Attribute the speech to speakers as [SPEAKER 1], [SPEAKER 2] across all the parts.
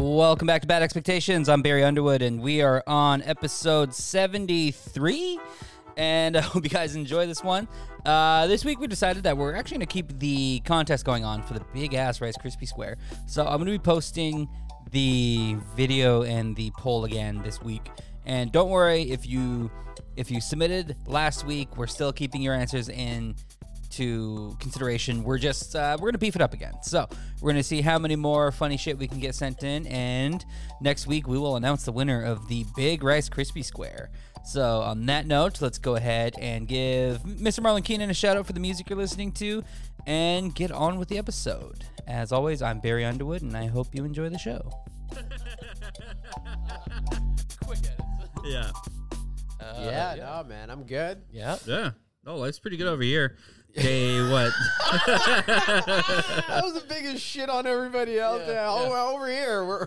[SPEAKER 1] Welcome back to Bad Expectations. I'm Barry Underwood, and we are on episode 73. And I hope you guys enjoy this one. Uh, this week, we decided that we're actually going to keep the contest going on for the big ass Rice Krispie Square. So I'm going to be posting the video and the poll again this week. And don't worry if you if you submitted last week, we're still keeping your answers in to consideration. We're just uh, we're gonna beef it up again. So we're gonna see how many more funny shit we can get sent in, and next week we will announce the winner of the Big Rice Krispie Square. So on that note, let's go ahead and give Mr. Marlon Keenan a shout out for the music you're listening to, and get on with the episode. As always, I'm Barry Underwood, and I hope you enjoy the show.
[SPEAKER 2] Quick edits.
[SPEAKER 3] Yeah.
[SPEAKER 2] Uh,
[SPEAKER 4] yeah, no, man, I'm good.
[SPEAKER 2] Yeah.
[SPEAKER 3] Yeah. Oh, life's pretty good over here. Day what?
[SPEAKER 4] That was the biggest shit on everybody out
[SPEAKER 2] Yeah,
[SPEAKER 4] there.
[SPEAKER 2] yeah.
[SPEAKER 4] Oh, well, over here, we're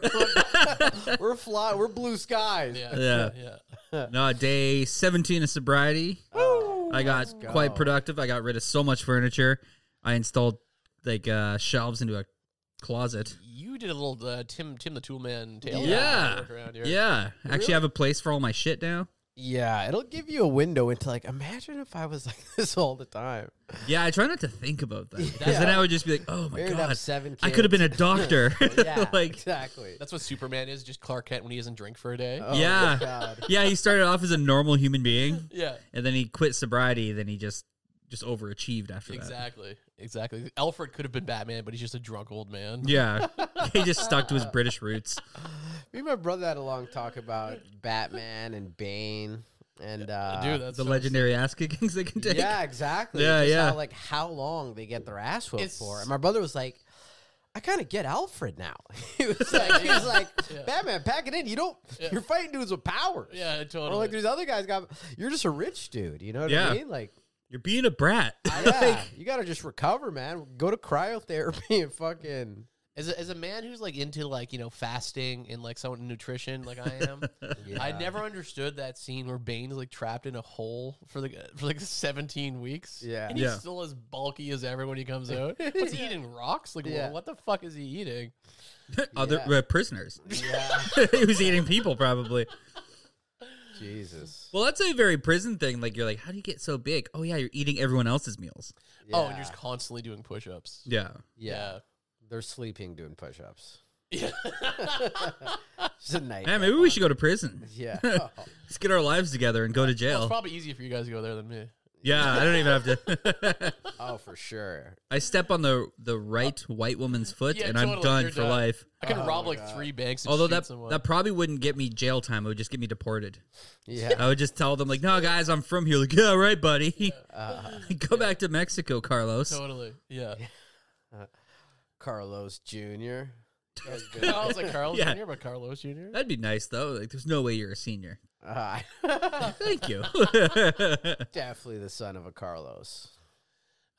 [SPEAKER 4] we're fly, we're blue skies.
[SPEAKER 2] Yeah.
[SPEAKER 3] Yeah.
[SPEAKER 2] Yeah.
[SPEAKER 3] no, day 17 of sobriety. I got
[SPEAKER 4] go.
[SPEAKER 3] quite productive. I got rid of so much furniture. I installed like uh, shelves into a closet.
[SPEAKER 2] You did a little uh, Tim Tim the Tool Man tail.
[SPEAKER 3] Yeah.
[SPEAKER 2] work Around here.
[SPEAKER 3] Yeah. Actually, I have a place for all my shit now.
[SPEAKER 4] Yeah, it'll give you a window into like. Imagine if I was like this all the time.
[SPEAKER 3] Yeah, I try not to think about that because then I would just be like, "Oh my
[SPEAKER 4] Married up
[SPEAKER 3] god,
[SPEAKER 4] seven
[SPEAKER 3] I could have been a doctor."
[SPEAKER 4] Yeah,
[SPEAKER 3] like,
[SPEAKER 4] exactly.
[SPEAKER 2] That's what Superman is, just Clark Kent when he doesn't drink for a day.
[SPEAKER 4] Oh,
[SPEAKER 3] Yeah.
[SPEAKER 4] God.
[SPEAKER 3] yeah, he started off as a normal human being,
[SPEAKER 2] yeah.
[SPEAKER 3] and then he quit sobriety. Then he just just overachieved after that.
[SPEAKER 2] Exactly. Exactly. Alfred could have been Batman, but he's just a drunk old man.
[SPEAKER 3] Yeah. he just stuck to his British roots.
[SPEAKER 4] Me and my brother had a long talk about Batman and Bane and uh,
[SPEAKER 2] Ah, Dude, that's
[SPEAKER 3] The
[SPEAKER 2] so-
[SPEAKER 3] legendary ass kickings they can take.
[SPEAKER 4] Yeah, exactly.
[SPEAKER 3] Yeah,
[SPEAKER 4] Just
[SPEAKER 3] yeah.
[SPEAKER 4] How, like how long they get their ass whooped
[SPEAKER 2] It's-
[SPEAKER 4] for. And my brother was like, I kind of get Alfred now. he was like, he was like,
[SPEAKER 2] Yeah.
[SPEAKER 4] Batman, pack it in. You don't. You're fighting dudes with powers.
[SPEAKER 2] Yeah, totally.
[SPEAKER 4] Or like these other guys got. You're just a rich dude. You know what
[SPEAKER 3] Yeah.
[SPEAKER 4] I mean? Like,
[SPEAKER 3] You're being a brat.
[SPEAKER 4] yeah, you gotta just recover, man. Go to cryotherapy and fucking.
[SPEAKER 2] as a, as a man who's like into like you know fasting and like someone nutrition like I am, I
[SPEAKER 4] Yeah.
[SPEAKER 2] never understood that scene where Bane's like trapped in a hole for like for like seventeen weeks.
[SPEAKER 4] Yeah.
[SPEAKER 2] and he's
[SPEAKER 3] Yeah.
[SPEAKER 2] still as bulky as ever when he comes out. What's he eating? Rocks? Like wha-
[SPEAKER 4] Yeah.
[SPEAKER 2] what the fuck is he eating?
[SPEAKER 3] Other
[SPEAKER 4] Yeah.
[SPEAKER 3] uh, prisoners.
[SPEAKER 4] Yeah.
[SPEAKER 3] he was eating people probably.
[SPEAKER 4] Jesus.
[SPEAKER 3] Well, that's a very prison thing. Like you're like, how do you get so big? Oh yeah, you're eating everyone else's meals.
[SPEAKER 2] Oh, and
[SPEAKER 4] Yeah.
[SPEAKER 2] you're just constantly doing push-ups.
[SPEAKER 3] Yeah.
[SPEAKER 4] yeah. They're sleeping doing push-ups.
[SPEAKER 2] Yeah.
[SPEAKER 4] It's a night.
[SPEAKER 3] Yeah, maybe we should go to prison.
[SPEAKER 4] Yeah. Oh,
[SPEAKER 3] Let's get our lives together and go to
[SPEAKER 2] Well, it's
[SPEAKER 3] jail.
[SPEAKER 2] probably easier for you guys to go there than me.
[SPEAKER 3] Yeah, I don't even have to.
[SPEAKER 4] oh, for sure.
[SPEAKER 3] I step on the the right white woman's foot
[SPEAKER 2] Yeah,
[SPEAKER 3] and I'm
[SPEAKER 2] totally,
[SPEAKER 3] done
[SPEAKER 2] you're
[SPEAKER 3] for
[SPEAKER 2] done.
[SPEAKER 3] life.
[SPEAKER 2] I could
[SPEAKER 4] Oh
[SPEAKER 2] rob
[SPEAKER 4] my
[SPEAKER 2] like
[SPEAKER 4] God.
[SPEAKER 2] three banks. And
[SPEAKER 3] Although
[SPEAKER 2] shoot
[SPEAKER 3] that
[SPEAKER 2] someone.
[SPEAKER 3] that probably wouldn't get me jail time. It would just get me deported.
[SPEAKER 4] Yeah.
[SPEAKER 3] I would just tell them like, "No, guys, I'm from here." Like, "Yeah, right, buddy.
[SPEAKER 4] Uh,
[SPEAKER 3] Go back to Mexico, Carlos."
[SPEAKER 2] totally. Yeah.
[SPEAKER 4] Carlos Jr. That's good.
[SPEAKER 2] I was like Carlos
[SPEAKER 3] Yeah.
[SPEAKER 2] Jr., but Carlos Jr.
[SPEAKER 3] That'd be nice though. Like, there's no way you're a senior.
[SPEAKER 4] Ah,
[SPEAKER 3] Thank you.
[SPEAKER 4] definitely the son of a Carlos.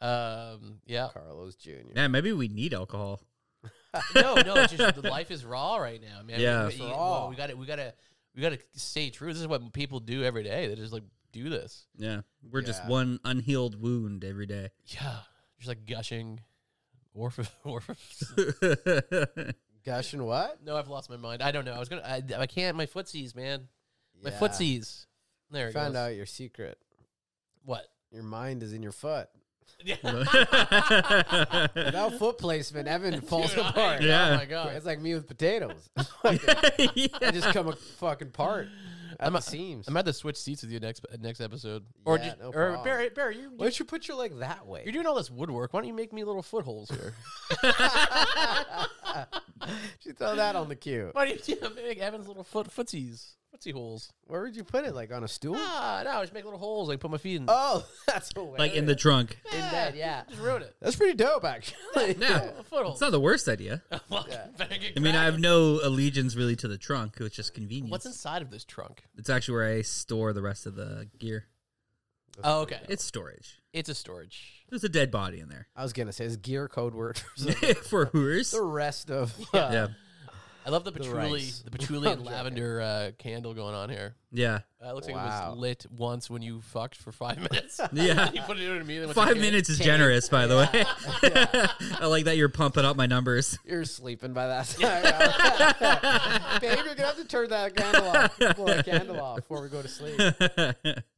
[SPEAKER 2] Um, yeah.
[SPEAKER 4] Carlos Jr.
[SPEAKER 3] yeah, maybe we need alcohol.
[SPEAKER 2] no, no, it's just the life is raw right now, man.
[SPEAKER 3] Yeah.
[SPEAKER 2] we, we,
[SPEAKER 4] Raw.
[SPEAKER 2] well, we gotta, we gotta, we gotta stay true. This is what people do every day. They just like do this.
[SPEAKER 3] Yeah, we're just
[SPEAKER 4] Yeah.
[SPEAKER 3] one unhealed wound every day.
[SPEAKER 2] Yeah, just like gushing, orphan, orphan.
[SPEAKER 4] Gush and what?
[SPEAKER 2] no, I've lost my mind. I don't know. I was gonna. I, I can't. My footsies, man. My
[SPEAKER 4] Yeah.
[SPEAKER 2] footsies. There it
[SPEAKER 4] Found
[SPEAKER 2] goes.
[SPEAKER 4] out your secret.
[SPEAKER 2] What?
[SPEAKER 4] Your mind is in your foot.
[SPEAKER 3] yeah,
[SPEAKER 4] Without foot placement, Evan falls
[SPEAKER 2] Dude, I-
[SPEAKER 4] apart.
[SPEAKER 3] Yeah.
[SPEAKER 2] Oh my god.
[SPEAKER 4] It's like me with potatoes. I just come a fucking part at
[SPEAKER 2] I'm
[SPEAKER 4] the
[SPEAKER 2] a-
[SPEAKER 4] seams.
[SPEAKER 2] I'm about to switch seats with you next next episode. Or
[SPEAKER 4] Yeah,
[SPEAKER 2] just,
[SPEAKER 4] no
[SPEAKER 2] or
[SPEAKER 4] problem.
[SPEAKER 2] Barry, Barry, you're,
[SPEAKER 4] Why don't you put your leg that way?
[SPEAKER 2] you're doing all this woodwork. Why don't you make me little footholes here?
[SPEAKER 4] you throw that on the cue.
[SPEAKER 2] Why do you yeah, make Evan's little foot footsies, footsie holes?
[SPEAKER 4] Where would you put it? Like on a stool?
[SPEAKER 2] Ah, no, just make little holes. I can put my feet in.
[SPEAKER 4] Oh, that's hilarious.
[SPEAKER 3] like in the trunk.
[SPEAKER 4] in bed, yeah.
[SPEAKER 2] Just ruin it.
[SPEAKER 4] That's pretty dope, actually.
[SPEAKER 3] No,
[SPEAKER 2] A foothold.
[SPEAKER 3] it's not the worst idea. I mean, I have no allegiance really to the trunk, which is convenient.
[SPEAKER 2] What's inside of this trunk?
[SPEAKER 3] It's actually where I store the rest of the gear.
[SPEAKER 2] Oh, okay.
[SPEAKER 3] It's storage.
[SPEAKER 2] It's a storage.
[SPEAKER 3] There's a dead body in there
[SPEAKER 4] I was gonna say it's gear code word.
[SPEAKER 3] for
[SPEAKER 4] for
[SPEAKER 3] hers.
[SPEAKER 4] the rest of uh,
[SPEAKER 3] Yeah.
[SPEAKER 2] I love the patchouli,
[SPEAKER 4] rice.
[SPEAKER 2] the patchouli and
[SPEAKER 4] I'm joking.
[SPEAKER 2] lavender uh, candle going on here.
[SPEAKER 3] Yeah.
[SPEAKER 2] Uh, it looks like it
[SPEAKER 4] Wow.
[SPEAKER 2] was lit once when you fucked for five minutes.
[SPEAKER 3] Yeah.
[SPEAKER 2] you put it in immediately. once you
[SPEAKER 3] Five
[SPEAKER 2] came.
[SPEAKER 3] minutes is generous, by the way. I like that you're pumping up my numbers.
[SPEAKER 4] You're sleeping by that time. Babe, you're gonna have to turn that candle off. Blow that candle off before we go to sleep.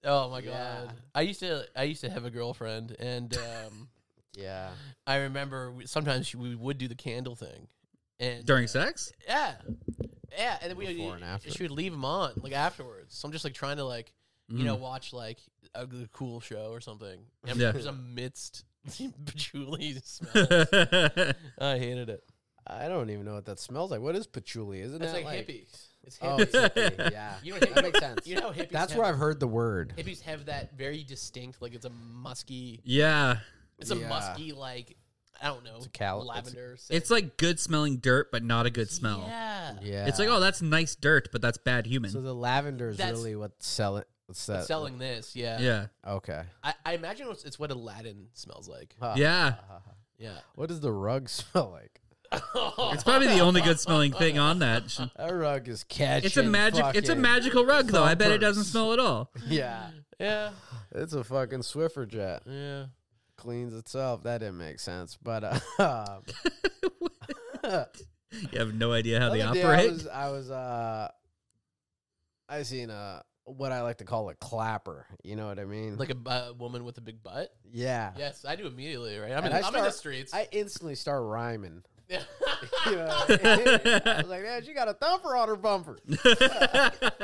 [SPEAKER 2] Oh my god!
[SPEAKER 4] Yeah.
[SPEAKER 2] I used to, I used to have a girlfriend, and um,
[SPEAKER 4] Yeah.
[SPEAKER 2] I remember we, sometimes she, we would do the candle thing, and
[SPEAKER 3] During sex?
[SPEAKER 2] yeah, yeah, and then we
[SPEAKER 4] Before and after.
[SPEAKER 2] she would leave them on like afterwards. So I'm just like trying to like you know watch like a g- cool show or something. And
[SPEAKER 3] Mm. Yeah.
[SPEAKER 2] yeah, just amidst patchouli smells.
[SPEAKER 3] Mm.
[SPEAKER 2] I hated it.
[SPEAKER 4] I don't even know what that smells like. What is patchouli? Isn't
[SPEAKER 2] It's
[SPEAKER 4] that
[SPEAKER 2] like,
[SPEAKER 4] like,
[SPEAKER 2] hippies. It's
[SPEAKER 4] Oh,
[SPEAKER 2] hippies.
[SPEAKER 4] it's hippie, yeah.
[SPEAKER 2] You know
[SPEAKER 4] that
[SPEAKER 2] hippie-
[SPEAKER 4] makes sense.
[SPEAKER 2] you know hippies
[SPEAKER 4] That's
[SPEAKER 2] have-
[SPEAKER 4] where I've heard the word.
[SPEAKER 2] hippies have that very distinct like it's a musky.
[SPEAKER 3] yeah.
[SPEAKER 2] It's a
[SPEAKER 4] Yeah.
[SPEAKER 2] musky like I don't know.
[SPEAKER 4] a cal- it's a-
[SPEAKER 2] lavender.
[SPEAKER 3] It's like good smelling dirt, but not a good smell.
[SPEAKER 2] Yeah.
[SPEAKER 4] Yeah.
[SPEAKER 3] It's like, oh, that's nice dirt, but that's bad human.
[SPEAKER 4] So the lavender is
[SPEAKER 2] That's-
[SPEAKER 4] really what's selling. What's that?
[SPEAKER 2] Selling this, yeah.
[SPEAKER 3] yeah.
[SPEAKER 4] Okay.
[SPEAKER 2] I, I imagine it's, it's what Aladdin smells like.
[SPEAKER 4] Huh.
[SPEAKER 3] Yeah.
[SPEAKER 2] Yeah.
[SPEAKER 4] What does the rug smell like?
[SPEAKER 3] It's probably the only good smelling thing on that.
[SPEAKER 4] That rug is catching.
[SPEAKER 3] It's a magic it's a
[SPEAKER 4] fucking-
[SPEAKER 3] magical rug though. I bet it
[SPEAKER 4] thumpers.
[SPEAKER 3] doesn't smell at all.
[SPEAKER 4] Yeah.
[SPEAKER 2] yeah.
[SPEAKER 4] It's a fucking Swiffer jet.
[SPEAKER 2] Yeah.
[SPEAKER 4] Cleans itself. That didn't make sense. But uh,
[SPEAKER 3] You have no idea how they
[SPEAKER 4] Other day
[SPEAKER 3] operate.
[SPEAKER 4] I was, I was, uh, I seen a what I like to call a clapper. You know what I mean?
[SPEAKER 2] Like a bu- a woman with a big butt.
[SPEAKER 4] yeah.
[SPEAKER 2] Yes, I do immediately, right? I'm, in,
[SPEAKER 4] And
[SPEAKER 2] I'm
[SPEAKER 4] I
[SPEAKER 2] in the
[SPEAKER 4] start-
[SPEAKER 2] streets.
[SPEAKER 4] I instantly start rhyming.
[SPEAKER 2] Yeah.
[SPEAKER 4] You know what I mean? I was like, man, she got a thumper on her bumper. I was like,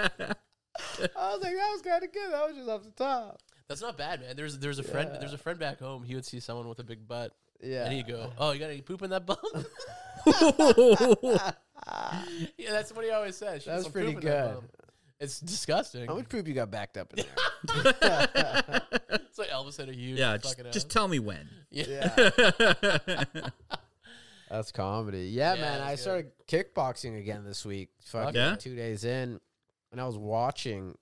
[SPEAKER 4] that was kind of good. That was just off the top.
[SPEAKER 2] That's not bad, man. There's there's a friend there's a friend back home. He would see someone with a big butt,
[SPEAKER 4] Yeah.
[SPEAKER 2] and he'd go, "Oh, you got any poop in that bump?" yeah, that's what he always says. "She got
[SPEAKER 4] That's
[SPEAKER 2] some
[SPEAKER 4] pretty
[SPEAKER 2] poop in that
[SPEAKER 4] good.
[SPEAKER 2] bump." It's disgusting.
[SPEAKER 4] How much poop you got backed up in there?
[SPEAKER 2] It's like Elvis had a huge
[SPEAKER 3] yeah,
[SPEAKER 2] fucking
[SPEAKER 3] just, just
[SPEAKER 2] ass.
[SPEAKER 3] tell me when.
[SPEAKER 2] yeah.
[SPEAKER 4] Yeah. That's comedy. Yeah,
[SPEAKER 2] Yeah,
[SPEAKER 4] man.
[SPEAKER 2] that's
[SPEAKER 4] I
[SPEAKER 2] good.
[SPEAKER 4] started kickboxing again this week. Fucking
[SPEAKER 3] Yeah?
[SPEAKER 4] two days in. And I was watching.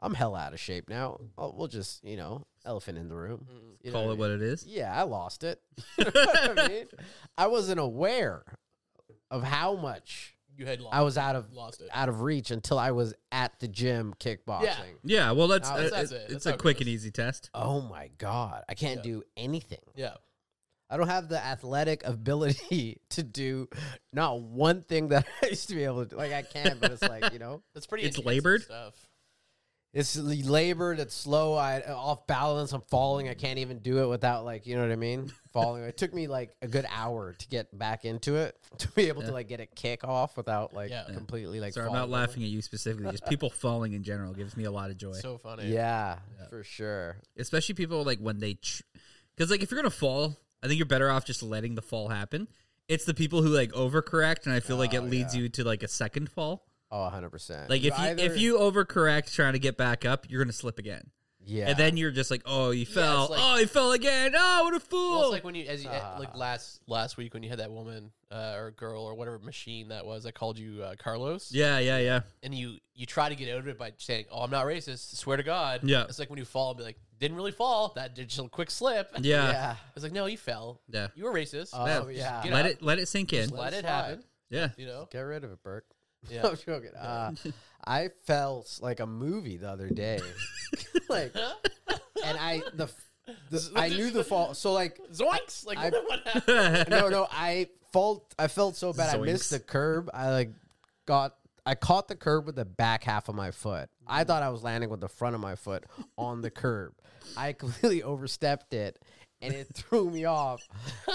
[SPEAKER 4] I'm hell out of shape now. I'll, we'll just, you know, elephant in the room.
[SPEAKER 2] Mm.
[SPEAKER 4] You know
[SPEAKER 3] Call it what
[SPEAKER 4] what I mean?
[SPEAKER 3] it is.
[SPEAKER 4] Yeah, I lost it. You know what I, mean? I wasn't aware of how much
[SPEAKER 2] You had lost.
[SPEAKER 4] I was out of
[SPEAKER 2] lost it.
[SPEAKER 4] out of reach until I was at the gym kickboxing.
[SPEAKER 3] Yeah, well, that's,
[SPEAKER 4] Now,
[SPEAKER 3] uh,
[SPEAKER 2] that's
[SPEAKER 3] it- it's
[SPEAKER 2] it. That's
[SPEAKER 3] a
[SPEAKER 2] how it
[SPEAKER 3] quick
[SPEAKER 2] goes.
[SPEAKER 3] and easy test.
[SPEAKER 4] Oh my god, I can't
[SPEAKER 2] Yeah.
[SPEAKER 4] do anything.
[SPEAKER 2] Yeah.
[SPEAKER 4] I don't have the athletic ability to do not one thing that I used to be able to do. Like I can, but it's like, you know,
[SPEAKER 2] That's pretty.
[SPEAKER 3] It's
[SPEAKER 2] intensive
[SPEAKER 3] labored?
[SPEAKER 2] stuff.
[SPEAKER 4] it's l- labored, it's slow, I off balance, I'm falling, I can't even do it without like, you know what I mean? Falling. it took me like a good hour to get back into it to be able to like get a kick off without like
[SPEAKER 2] Yeah. Yeah.
[SPEAKER 4] completely like
[SPEAKER 3] Sorry, I'm not
[SPEAKER 4] falling over.
[SPEAKER 3] laughing at you specifically. Just people falling in general gives me a lot of joy,
[SPEAKER 2] So funny.
[SPEAKER 4] Yeah, for sure.
[SPEAKER 3] especially people like when they, because like if you're gonna fall, I think you're better off just letting the fall happen. It's the people who like overcorrect, and I feel like it
[SPEAKER 2] Oh,
[SPEAKER 3] leads you to like a second fall.
[SPEAKER 4] Oh, 100%.
[SPEAKER 3] Like if you
[SPEAKER 4] either-
[SPEAKER 3] if you overcorrect trying to get back up, you're gonna slip again,
[SPEAKER 4] yeah.
[SPEAKER 3] and then you're just like, oh, you fell,
[SPEAKER 2] like-
[SPEAKER 3] oh, you fell again, oh, what a fool.
[SPEAKER 2] Well, it's like when you, as you, eh, like
[SPEAKER 4] Ah.
[SPEAKER 2] last last week when you had that woman uh, or girl or whatever machine that was that called you uh, Carlos.
[SPEAKER 3] yeah, yeah, yeah.
[SPEAKER 2] And you you try to get out of it by saying, "Oh, I'm not racist. Swear to God."
[SPEAKER 3] Yeah.
[SPEAKER 2] It's like when you fall, be like, "Didn't really fall. That did just a quick slip."
[SPEAKER 3] Yeah.
[SPEAKER 4] yeah.
[SPEAKER 2] It's like, no, you fell.
[SPEAKER 3] Yeah.
[SPEAKER 2] You were racist.
[SPEAKER 4] Oh,
[SPEAKER 3] Yeah.
[SPEAKER 4] yeah.
[SPEAKER 2] Get
[SPEAKER 3] Let
[SPEAKER 2] up.
[SPEAKER 3] it let it sink in.
[SPEAKER 2] Just let
[SPEAKER 4] Let it
[SPEAKER 2] it happen.
[SPEAKER 3] Yeah.
[SPEAKER 2] You know.
[SPEAKER 4] Get rid of it, Burke.
[SPEAKER 2] Yeah.
[SPEAKER 4] I'm joking. Uh, I felt like a movie the other day, like, and I the, f- the I knew the fall. So like,
[SPEAKER 2] Zoinks! Like
[SPEAKER 4] I-
[SPEAKER 2] what happened?
[SPEAKER 4] no, no, I felt I felt so bad. I missed
[SPEAKER 3] Zoinks.
[SPEAKER 4] the curb. I like got I caught the curb with the back half of my foot. I
[SPEAKER 2] Mm.
[SPEAKER 4] thought I was landing with the front of my foot on the curb. I completely overstepped it. And it threw me off,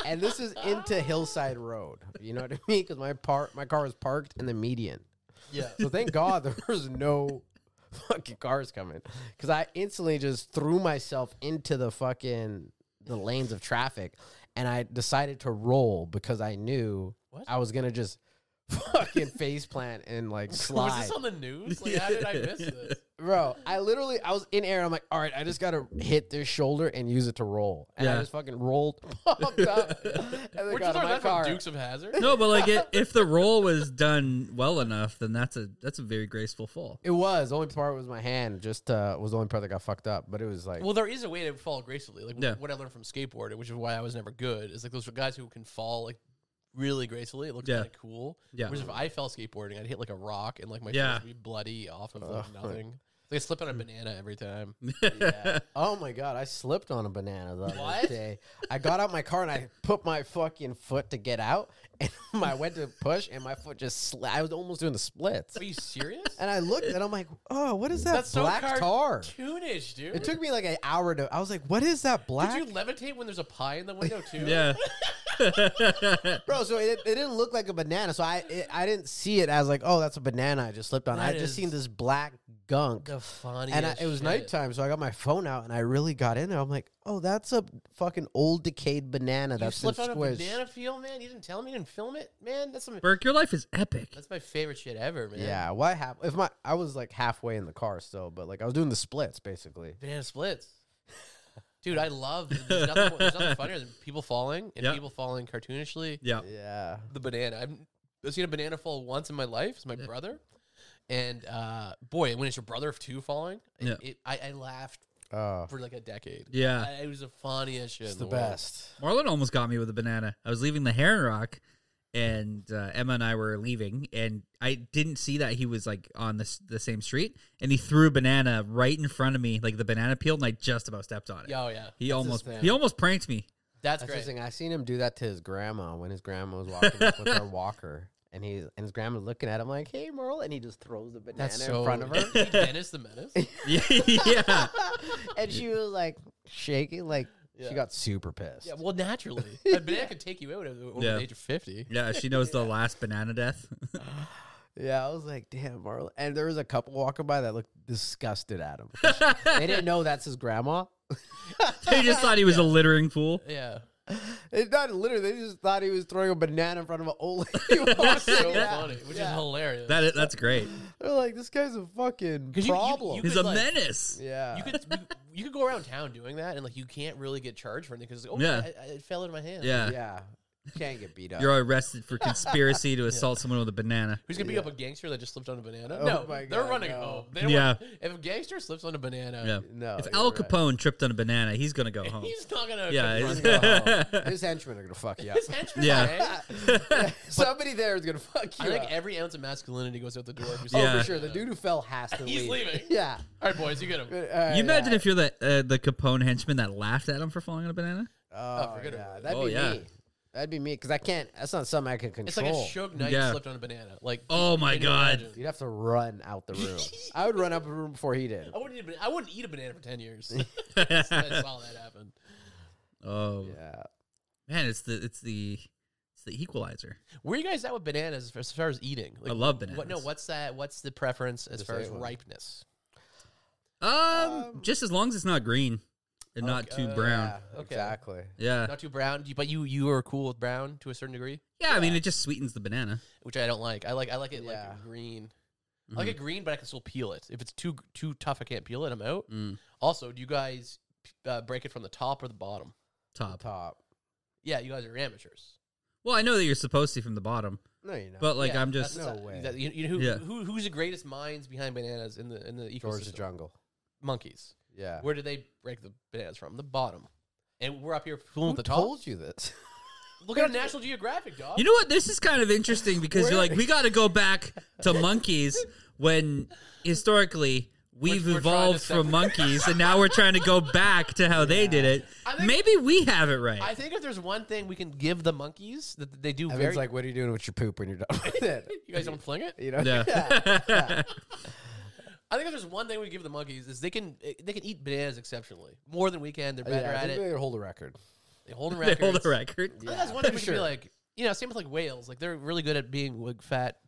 [SPEAKER 4] and this is into Hillside Road. You know what I mean? Because my par- my car was parked in the median.
[SPEAKER 2] Yeah.
[SPEAKER 4] So thank God there was no fucking cars coming because I instantly just threw myself into the fucking the lanes of traffic, and I decided to roll because I knew
[SPEAKER 2] What?
[SPEAKER 4] I was gonna just fucking face plant and like
[SPEAKER 2] Was
[SPEAKER 4] slide,
[SPEAKER 2] this on the news? Like, how did I miss this?
[SPEAKER 4] bro. I literally I was in air. I'm like, all right, I just gotta hit this shoulder and use it to roll, and I
[SPEAKER 3] Yeah.
[SPEAKER 4] just fucking rolled, popped up, and then
[SPEAKER 2] We're just
[SPEAKER 4] got in my
[SPEAKER 2] that from
[SPEAKER 4] car.
[SPEAKER 2] Dukes of Hazard.
[SPEAKER 3] No, but like it, if the roll was done well enough, then that's a that's a very graceful fall.
[SPEAKER 4] It was the only part was my hand. Just uh, was the only part that got fucked up, but it was like
[SPEAKER 2] Well, there is a way to fall gracefully. Like
[SPEAKER 3] Yeah.
[SPEAKER 2] what I learned from skateboarding, which is why I was never good, is like those guys who can fall like really gracefully. It looks
[SPEAKER 3] Yeah.
[SPEAKER 2] kind of cool.
[SPEAKER 3] Yeah.
[SPEAKER 2] Whereas if I fell skateboarding, I'd hit like a rock and like my
[SPEAKER 3] Yeah.
[SPEAKER 2] face would be bloody off of like, nothing. It's like I slip on a banana every time.
[SPEAKER 4] Oh my god, I slipped on a banana the
[SPEAKER 2] What?
[SPEAKER 4] other day. I got out my car and I put my fucking foot to get out, and I went to push, and my foot just sli I was almost doing the splits,
[SPEAKER 2] Are you serious?
[SPEAKER 4] and I looked, and I'm like, "Oh, what is that
[SPEAKER 2] That's so
[SPEAKER 4] black tar?"
[SPEAKER 2] cartoonish, dude.
[SPEAKER 4] It took me like an hour to. I was like, "What is that black?"
[SPEAKER 2] Did you levitate when there's a pie in the window too?
[SPEAKER 3] Yeah.
[SPEAKER 4] Bro, so it, it didn't look like a banana, so I it, I didn't see it as like, "Oh, that's a banana." I just slipped on. I
[SPEAKER 2] That
[SPEAKER 4] just
[SPEAKER 2] is
[SPEAKER 4] seen this black gunk.
[SPEAKER 2] The funniest.
[SPEAKER 4] and I, it was
[SPEAKER 2] shit.
[SPEAKER 4] nighttime, so I got my phone out and I really got in there. I'm like, oh, that's a fucking old decayed banana
[SPEAKER 2] You
[SPEAKER 4] that's
[SPEAKER 2] slipped
[SPEAKER 4] been
[SPEAKER 2] on a
[SPEAKER 4] squished.
[SPEAKER 2] banana peel, man. You didn't tell me. You didn't film it, man. That's some,
[SPEAKER 3] Burke, your life is epic.
[SPEAKER 2] that's my favorite shit ever, man.
[SPEAKER 4] Yeah, why half? If my I was like halfway in the car still, but like I was doing the splits basically.
[SPEAKER 2] Banana splits. Dude, I love. There's nothing, there's nothing funnier than people falling and
[SPEAKER 3] Yeah.
[SPEAKER 2] people falling cartoonishly.
[SPEAKER 3] Yeah.
[SPEAKER 4] Yeah,
[SPEAKER 2] The banana. I've, I've seen a banana fall once in my life. It's my brother. And uh, boy, when it's your brother too falling, it,
[SPEAKER 3] Yeah.
[SPEAKER 2] it, I, I laughed
[SPEAKER 4] oh,
[SPEAKER 2] for like a decade.
[SPEAKER 3] Yeah.
[SPEAKER 2] I, it was the funniest shit.
[SPEAKER 4] it's
[SPEAKER 2] in
[SPEAKER 4] the
[SPEAKER 2] world.
[SPEAKER 4] best.
[SPEAKER 3] Marlon almost got me with a banana. I was leaving the Heron Rock, and uh, Emma and I were leaving, and I didn't see that he was like on the s- the same street, and he threw a banana right in front of me, like the banana peel, and I just about stepped on it.
[SPEAKER 2] Yeah, Oh yeah,
[SPEAKER 3] he almost
[SPEAKER 4] thing.
[SPEAKER 3] he almost pranked me.
[SPEAKER 2] that's,
[SPEAKER 4] That's
[SPEAKER 2] great.
[SPEAKER 4] the thing. I seen him do that to his grandma when his grandma was walking up with her walker, and he and his grandma looking at him like, "Hey, Merle," and he just throws the banana in front of her,
[SPEAKER 2] Did you see Dennis the Menace.
[SPEAKER 3] yeah,
[SPEAKER 4] and she was like shaking, like
[SPEAKER 2] Yeah.
[SPEAKER 4] she got super pissed.
[SPEAKER 2] Yeah, well, naturally, a banana could take you out at over
[SPEAKER 3] Yeah.
[SPEAKER 2] the age of fifty.
[SPEAKER 3] yeah. She knows the last banana death.
[SPEAKER 4] Yeah, I was like, damn, Marlon. And there was a couple walking by that looked disgusted at him. they didn't know that's his grandma.
[SPEAKER 3] they just thought he was a littering fool.
[SPEAKER 2] Yeah,
[SPEAKER 4] It's not literally. They just thought he was throwing a banana in front of an old lady. walking
[SPEAKER 2] so
[SPEAKER 4] out.
[SPEAKER 2] funny, which is hilarious.
[SPEAKER 3] That is, that's great.
[SPEAKER 4] They're like, this guy's a fucking
[SPEAKER 2] 'Cause you- you-
[SPEAKER 4] problem.
[SPEAKER 2] you-
[SPEAKER 3] He's a
[SPEAKER 2] like-
[SPEAKER 3] menace.
[SPEAKER 4] yeah.
[SPEAKER 2] you could you, you could go around town doing that, and like you can't really get charged for anything because oh
[SPEAKER 3] Yeah.
[SPEAKER 2] yeah, I, I, it fell into my hand.
[SPEAKER 3] Yeah.
[SPEAKER 4] yeah. Can't get beat up.
[SPEAKER 3] You're arrested for conspiracy to assault someone with a banana.
[SPEAKER 2] Who's gonna beat up a gangster that just slipped on a banana?
[SPEAKER 4] Oh
[SPEAKER 2] no,
[SPEAKER 4] my
[SPEAKER 2] they're
[SPEAKER 4] God,
[SPEAKER 2] running
[SPEAKER 4] no.
[SPEAKER 2] home. They don't
[SPEAKER 3] Yeah.
[SPEAKER 2] want- if a gangster slips on a banana,
[SPEAKER 3] Yeah.
[SPEAKER 4] no.
[SPEAKER 3] if
[SPEAKER 4] Oh, you're
[SPEAKER 3] Al
[SPEAKER 4] right.
[SPEAKER 3] Capone tripped on a banana, he's gonna go home.
[SPEAKER 2] he's not gonna.
[SPEAKER 3] Yeah,
[SPEAKER 2] confront
[SPEAKER 3] it's-
[SPEAKER 2] them.
[SPEAKER 4] His henchmen are gonna fuck you up.
[SPEAKER 2] His henchmen,
[SPEAKER 3] Yeah.
[SPEAKER 2] right?
[SPEAKER 4] Somebody there is gonna fuck you
[SPEAKER 2] eh? I think
[SPEAKER 4] up.
[SPEAKER 2] every ounce of masculinity goes out the door. if you
[SPEAKER 3] Oh,
[SPEAKER 2] slip
[SPEAKER 3] for
[SPEAKER 2] on a
[SPEAKER 4] For sure, the
[SPEAKER 2] banana.
[SPEAKER 4] dude who fell has to
[SPEAKER 2] He's
[SPEAKER 4] leave.
[SPEAKER 2] leaving.
[SPEAKER 4] Yeah.
[SPEAKER 2] All right, boys, you get him.
[SPEAKER 4] Uh,
[SPEAKER 3] You imagine
[SPEAKER 4] yeah.
[SPEAKER 3] if you're the uh, the Capone henchman that laughed at him for falling on a banana?
[SPEAKER 4] Oh,
[SPEAKER 2] forget
[SPEAKER 4] yeah.
[SPEAKER 2] about it.
[SPEAKER 4] That'd
[SPEAKER 3] Oh,
[SPEAKER 4] be
[SPEAKER 3] yeah.
[SPEAKER 4] me. That'd be me because I can't. That's not something I can control.
[SPEAKER 2] It's like a Suge Knight
[SPEAKER 3] Yeah.
[SPEAKER 2] slipped on a banana. Like,
[SPEAKER 3] Oh
[SPEAKER 2] you
[SPEAKER 3] my
[SPEAKER 2] can
[SPEAKER 3] God.
[SPEAKER 2] imagine.
[SPEAKER 4] You'd have to run out the room. I would run out of the room before he did.
[SPEAKER 2] I wouldn't eat a banana. I wouldn't eat a banana for ten years. I saw that happen.
[SPEAKER 3] Oh
[SPEAKER 4] Yeah.
[SPEAKER 3] man, it's the it's the it's the equalizer.
[SPEAKER 2] Where are you guys at with bananas as far as eating? Like,
[SPEAKER 3] I love
[SPEAKER 2] What, no,
[SPEAKER 3] bananas.
[SPEAKER 2] what's that? What's the preference as
[SPEAKER 4] Just
[SPEAKER 2] far as
[SPEAKER 4] ate one.
[SPEAKER 2] ripeness?
[SPEAKER 3] Um, just as long as it's not green and not too
[SPEAKER 2] Okay,
[SPEAKER 3] brown.
[SPEAKER 4] Yeah,
[SPEAKER 2] Okay.
[SPEAKER 4] Exactly.
[SPEAKER 3] Yeah, yeah.
[SPEAKER 2] Not too brown, you- but you you are cool with brown to a certain degree,
[SPEAKER 3] I mean, it just sweetens the banana.
[SPEAKER 2] which I don't like. I like I like it
[SPEAKER 4] Yeah.
[SPEAKER 2] like green. I
[SPEAKER 3] Mm-hmm.
[SPEAKER 2] like it green, but I can still peel it. If it's too too tough, I can't peel it. I'm out.
[SPEAKER 3] Mm,
[SPEAKER 2] Also, do you guys uh, break it from the top or the bottom?
[SPEAKER 3] top.
[SPEAKER 4] Top.
[SPEAKER 2] Yeah, you guys are amateurs.
[SPEAKER 3] Well, I know that you're supposed to from the bottom,
[SPEAKER 4] No, you're not.
[SPEAKER 3] but like
[SPEAKER 2] Yeah,
[SPEAKER 3] I'm
[SPEAKER 2] that's
[SPEAKER 3] just
[SPEAKER 4] No
[SPEAKER 2] not-
[SPEAKER 4] way.
[SPEAKER 2] that- you, you know who,
[SPEAKER 3] Yeah.
[SPEAKER 2] who who's the greatest minds behind bananas in the in the
[SPEAKER 4] George the
[SPEAKER 2] ecosystem?
[SPEAKER 4] Jungle.
[SPEAKER 2] Monkeys.
[SPEAKER 4] Yeah.
[SPEAKER 2] Where do they break the bananas from? The bottom. And we're up here fooling
[SPEAKER 4] Who
[SPEAKER 2] with the top.
[SPEAKER 4] told you this?
[SPEAKER 2] Look at National Geographic, dog.
[SPEAKER 3] You know what? This is kind of interesting because you're like, we got to go back to monkeys when historically we've
[SPEAKER 2] We're- we're trying to
[SPEAKER 3] evolved
[SPEAKER 2] separate-
[SPEAKER 3] from monkeys, and now we're trying to go back to how they did it.
[SPEAKER 2] I think-
[SPEAKER 3] Maybe we have it right.
[SPEAKER 2] I think if there's one thing we can give the monkeys that they do
[SPEAKER 4] I mean,
[SPEAKER 2] very
[SPEAKER 4] it's like, what are you doing with your poop when you're done with it?
[SPEAKER 2] you guys don't fling it.
[SPEAKER 4] You know?
[SPEAKER 3] Yeah.
[SPEAKER 2] I think if there's one thing we give the monkeys is they can they can eat bananas exceptionally more than we can. They're better
[SPEAKER 4] Oh, Yeah,
[SPEAKER 2] at
[SPEAKER 4] they
[SPEAKER 2] it.
[SPEAKER 4] better hold a record.
[SPEAKER 2] They hold a
[SPEAKER 3] they
[SPEAKER 2] record.
[SPEAKER 3] hold a record.
[SPEAKER 2] I think that's
[SPEAKER 4] Yeah,
[SPEAKER 2] one thing
[SPEAKER 4] for
[SPEAKER 2] we should be
[SPEAKER 4] sure.
[SPEAKER 2] like you know same with like whales. Like they're really good at being like fat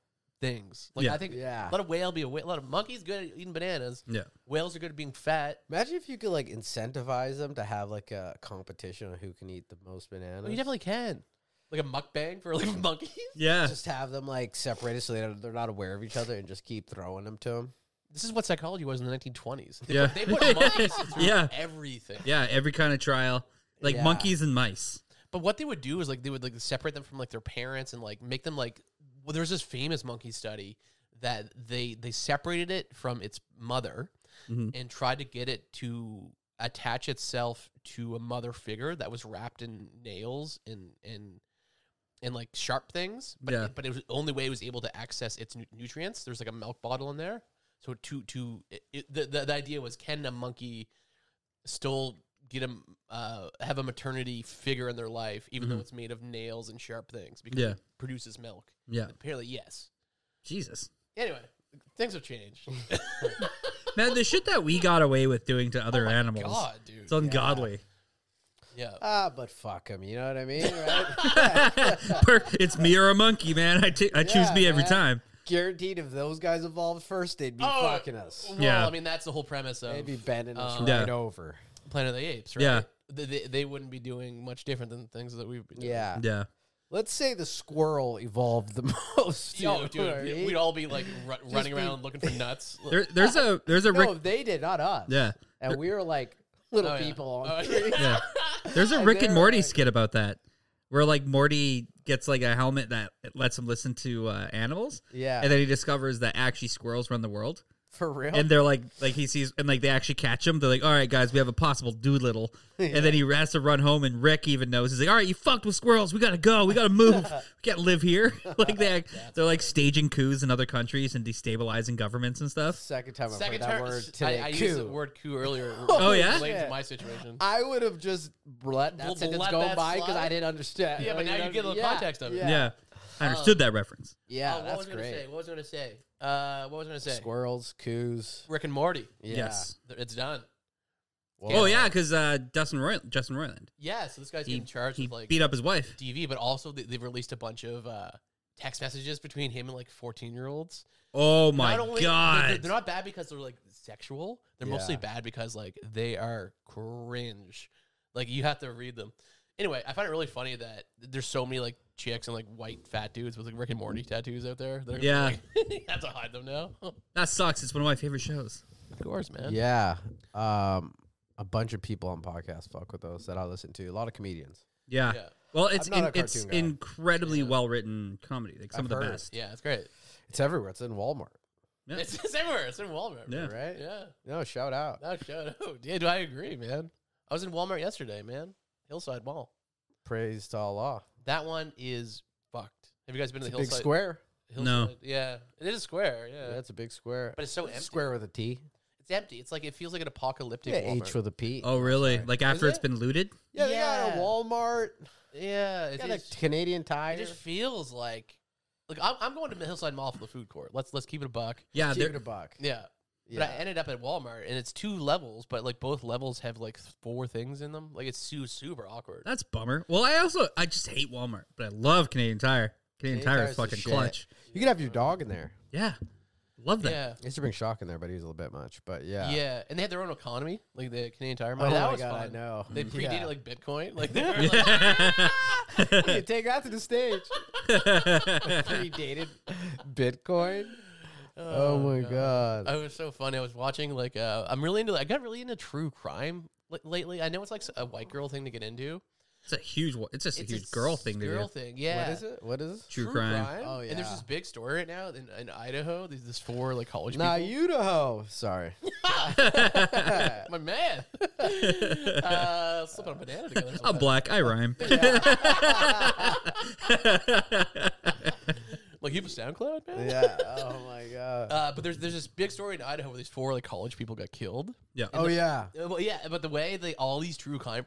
[SPEAKER 2] things. Like
[SPEAKER 3] Yeah.
[SPEAKER 2] I think
[SPEAKER 4] Yeah.
[SPEAKER 2] a lot of whale be a whale. A lot of monkeys good at eating bananas.
[SPEAKER 3] Yeah.
[SPEAKER 2] Whales are good at being fat.
[SPEAKER 4] Imagine if you could like incentivize them to have like a competition on who can eat the most bananas.
[SPEAKER 2] Well, you definitely can. Like a mukbang for like monkeys.
[SPEAKER 3] Yeah.
[SPEAKER 4] just have them like separated so they don't, they're not aware of each other and just keep throwing them to them.
[SPEAKER 2] This is what psychology was in the 1920s. They,
[SPEAKER 3] Yeah.
[SPEAKER 2] put, they put monkeys through
[SPEAKER 3] Yeah.
[SPEAKER 2] everything.
[SPEAKER 3] Yeah, every kind of trial. Like
[SPEAKER 4] Yeah.
[SPEAKER 3] monkeys and mice.
[SPEAKER 2] But what they would do is like they would like separate them from like their parents and like make them like. Well, there was this famous monkey study that they they separated it from its mother
[SPEAKER 3] Mhm.
[SPEAKER 2] and tried to get it to attach itself to a mother figure that was wrapped in nails and and and like sharp things. But
[SPEAKER 3] Yeah.
[SPEAKER 2] but it was the only way it was able to access its nu- nutrients. There's like a milk bottle in there. So to to it, it- the, the the idea was can a monkey still get a m- uh, have a maternity figure in their life even though it's made of nails and sharp things because
[SPEAKER 3] Mm-hmm. Yeah.
[SPEAKER 2] it produces milk.
[SPEAKER 3] Yeah.
[SPEAKER 2] Apparently, yes.
[SPEAKER 3] Jesus.
[SPEAKER 2] Anyway, things have changed.
[SPEAKER 3] Man, the shit that we got away with doing to other animals.
[SPEAKER 2] Oh God, dude.
[SPEAKER 3] It's ungodly.
[SPEAKER 2] yeah.
[SPEAKER 4] Ah, but fuck him. You know what I mean, right?
[SPEAKER 3] Per- it's me or a monkey, man. I t- I choose
[SPEAKER 4] Yeah,
[SPEAKER 3] me every
[SPEAKER 4] man.
[SPEAKER 3] time.
[SPEAKER 4] Guaranteed, if those guys evolved first, they'd be
[SPEAKER 2] Oh,
[SPEAKER 4] fucking us.
[SPEAKER 2] Well,
[SPEAKER 3] Yeah.
[SPEAKER 2] I mean that's the whole premise of
[SPEAKER 4] They'd be bending us
[SPEAKER 2] Um,
[SPEAKER 3] Yeah.
[SPEAKER 4] right over.
[SPEAKER 2] Planet of the Apes, right?
[SPEAKER 3] Yeah.
[SPEAKER 2] They, they, they wouldn't be doing much different than the things that we've been doing.
[SPEAKER 4] Yeah.
[SPEAKER 3] Yeah.
[SPEAKER 4] Let's say the squirrel evolved the most. you
[SPEAKER 2] Yo,
[SPEAKER 4] know
[SPEAKER 2] dude,
[SPEAKER 4] what I mean?
[SPEAKER 2] we'd all be like ru- running
[SPEAKER 4] be-
[SPEAKER 2] around looking for nuts. Look,
[SPEAKER 3] There, there's a there's a Rick
[SPEAKER 4] No, they did, not us.
[SPEAKER 3] Yeah.
[SPEAKER 4] And we were like little
[SPEAKER 2] oh, yeah.
[SPEAKER 4] people on
[SPEAKER 2] Oh,
[SPEAKER 4] trees.
[SPEAKER 2] yeah.
[SPEAKER 3] Yeah. There's a
[SPEAKER 4] And
[SPEAKER 3] Rick
[SPEAKER 4] they're
[SPEAKER 3] and Morty
[SPEAKER 4] like-
[SPEAKER 3] skit about that, where like Morty gets like a helmet that lets him listen to uh, animals,
[SPEAKER 4] Yeah. Oh.
[SPEAKER 3] and then he discovers that actually squirrels run the world,
[SPEAKER 4] For real?
[SPEAKER 3] and they're like like he sees and like they actually catch him. They're like, all right, guys, we have a possible Doolittle, and then he has to run home, and Rick even knows he's like, all right, you fucked with squirrels, we gotta go, we gotta move, we can't live here. like they act, they're like staging coups in other countries and destabilizing governments and stuff.
[SPEAKER 4] Second time I've
[SPEAKER 2] Second
[SPEAKER 4] heard that
[SPEAKER 2] term,
[SPEAKER 4] word
[SPEAKER 2] I,
[SPEAKER 4] today.
[SPEAKER 2] I used the
[SPEAKER 4] coup.
[SPEAKER 2] word coup earlier.
[SPEAKER 4] Oh,
[SPEAKER 3] yeah?
[SPEAKER 2] Related
[SPEAKER 4] Yeah.
[SPEAKER 2] to my situation.
[SPEAKER 4] I would have just let that
[SPEAKER 2] Let
[SPEAKER 4] sentence
[SPEAKER 2] that
[SPEAKER 4] go by because
[SPEAKER 2] slide?
[SPEAKER 4] I didn't understand.
[SPEAKER 2] Yeah, but now
[SPEAKER 4] know
[SPEAKER 2] you
[SPEAKER 4] what
[SPEAKER 2] get
[SPEAKER 4] I mean?
[SPEAKER 2] the context of it.
[SPEAKER 3] Yeah, I understood that reference.
[SPEAKER 4] Yeah,
[SPEAKER 2] Oh, what
[SPEAKER 4] that's
[SPEAKER 2] was I gonna say?
[SPEAKER 4] great.
[SPEAKER 2] What was I gonna say? Uh, what was I gonna say?
[SPEAKER 4] Squirrels, coos.
[SPEAKER 2] Rick and Morty.
[SPEAKER 4] Yeah.
[SPEAKER 3] Yes.
[SPEAKER 2] Th- It's done.
[SPEAKER 4] Whoa.
[SPEAKER 3] Oh yeah, because uh, Dustin Roy- Justin Roiland,
[SPEAKER 2] Yeah. So this guy's
[SPEAKER 3] he,
[SPEAKER 2] getting charged
[SPEAKER 3] he
[SPEAKER 2] with like
[SPEAKER 3] beat up his wife.
[SPEAKER 2] DV, but also they, they've released a bunch of uh, text messages between him and like fourteen year olds.
[SPEAKER 3] Oh my
[SPEAKER 2] not only, they're-
[SPEAKER 3] god!
[SPEAKER 2] They're, they're not bad because they're like sexual. They're mostly
[SPEAKER 4] Yeah.
[SPEAKER 2] bad because like they are cringe. Like you have to read them. Anyway, I find it really funny that there's so many like chicks and like white fat dudes with like Rick and Morty tattoos out there. They're
[SPEAKER 3] Yeah.
[SPEAKER 2] like, you have to hide them now. of
[SPEAKER 3] that sucks. It's one of my favorite shows.
[SPEAKER 2] course, man.
[SPEAKER 4] Yeah. Um, a bunch of people on podcasts fuck with those that I listen to. A lot of comedians.
[SPEAKER 3] Yeah.
[SPEAKER 2] Yeah.
[SPEAKER 3] Well, it's
[SPEAKER 4] I'm
[SPEAKER 3] in,
[SPEAKER 4] not a
[SPEAKER 3] it's
[SPEAKER 4] cartoon guy.
[SPEAKER 3] incredibly well written comedy. Like some
[SPEAKER 4] I've
[SPEAKER 3] of the
[SPEAKER 4] heard.
[SPEAKER 3] best.
[SPEAKER 2] Yeah, it's great.
[SPEAKER 4] It's everywhere. It's in Walmart,
[SPEAKER 3] Yeah.
[SPEAKER 2] It's, it's everywhere. It's in Walmart.
[SPEAKER 3] Yeah.
[SPEAKER 2] bro.
[SPEAKER 4] right?
[SPEAKER 2] Yeah.
[SPEAKER 4] No, shout out.
[SPEAKER 2] No, shut up. Yeah, do I agree, man? I was in Walmart yesterday, man. Hillside Mall.
[SPEAKER 4] Praise to Allah.
[SPEAKER 2] That one is fucked. Have you guys been to
[SPEAKER 4] It's
[SPEAKER 2] the
[SPEAKER 4] a big
[SPEAKER 2] Hillside?
[SPEAKER 4] square.
[SPEAKER 3] No.
[SPEAKER 2] Hillside- Yeah. It is a square.
[SPEAKER 4] Yeah,
[SPEAKER 2] Yeah.
[SPEAKER 4] it's a big square.
[SPEAKER 2] But it's so empty.
[SPEAKER 4] Square with a T.
[SPEAKER 2] It's empty. It's like it feels like an apocalyptic
[SPEAKER 4] Yeah,
[SPEAKER 2] Walmart.
[SPEAKER 4] H with a P.
[SPEAKER 3] Oh, really? Like after
[SPEAKER 2] it?
[SPEAKER 3] it's been looted?
[SPEAKER 4] Yeah, they got
[SPEAKER 2] Yeah.
[SPEAKER 4] a Walmart.
[SPEAKER 2] yeah, it,
[SPEAKER 4] Got a
[SPEAKER 2] just,
[SPEAKER 4] Canadian
[SPEAKER 2] it
[SPEAKER 4] Tire.
[SPEAKER 2] just feels like like I'm, I'm going to the Hillside Mall for the food court. Let's let's keep it a buck.
[SPEAKER 3] Yeah.
[SPEAKER 4] Give
[SPEAKER 3] They're,
[SPEAKER 4] it a buck.
[SPEAKER 2] Yeah. But I ended up at Walmart and it's two levels, but like both levels have like four things in them. Like it's su- super awkward.
[SPEAKER 3] that's bummer. Well, I also I just hate Walmart, but I love Canadian Tire. Canadian,
[SPEAKER 4] Canadian
[SPEAKER 3] Tire
[SPEAKER 4] Tire's
[SPEAKER 3] is
[SPEAKER 4] the
[SPEAKER 3] fucking
[SPEAKER 4] shit.
[SPEAKER 3] clutch.
[SPEAKER 4] You could have your dog in there.
[SPEAKER 3] Yeah. Love that.
[SPEAKER 2] Yeah.
[SPEAKER 4] I used to bring Shock in there, but he was a little bit much. But yeah.
[SPEAKER 2] yeah. And they had their own economy, like the Canadian Tire
[SPEAKER 4] Oh
[SPEAKER 2] Mall. that
[SPEAKER 4] my
[SPEAKER 2] was
[SPEAKER 4] god, I
[SPEAKER 2] fun.
[SPEAKER 4] know. Mm.
[SPEAKER 2] They predated
[SPEAKER 4] Yeah.
[SPEAKER 2] like Bitcoin. Like they were like,
[SPEAKER 4] You take that to the stage. He dated Bitcoin. Oh, my god.
[SPEAKER 2] I was so funny. I was watching like uh, I'm really into. I got really into true crime li- lately. I know it's like s- a white girl thing to get into.
[SPEAKER 3] It's a huge. wa- It's just
[SPEAKER 2] It's
[SPEAKER 3] a huge girl thing to
[SPEAKER 2] Girl
[SPEAKER 3] do.
[SPEAKER 2] thing. Yeah.
[SPEAKER 4] What is it? What is it?
[SPEAKER 3] True, crime.
[SPEAKER 2] Oh
[SPEAKER 4] Oh,
[SPEAKER 2] yeah. And there's
[SPEAKER 4] yeah.
[SPEAKER 2] this big story right now in, in Idaho. There's this four like college.
[SPEAKER 4] Nah,
[SPEAKER 2] people.
[SPEAKER 4] Idaho. Sorry.
[SPEAKER 2] my man. uh, slipping a banana together.
[SPEAKER 3] I'm
[SPEAKER 2] sometime.
[SPEAKER 3] black. I rhyme.
[SPEAKER 2] like you have a SoundCloud, man.
[SPEAKER 4] Yeah. Oh my god.
[SPEAKER 2] Uh, but there's there's this big story in Idaho where these four like college people got killed.
[SPEAKER 3] yeah.
[SPEAKER 4] oh yeah.
[SPEAKER 2] Uh, Well, yeah, but the way they all these true crime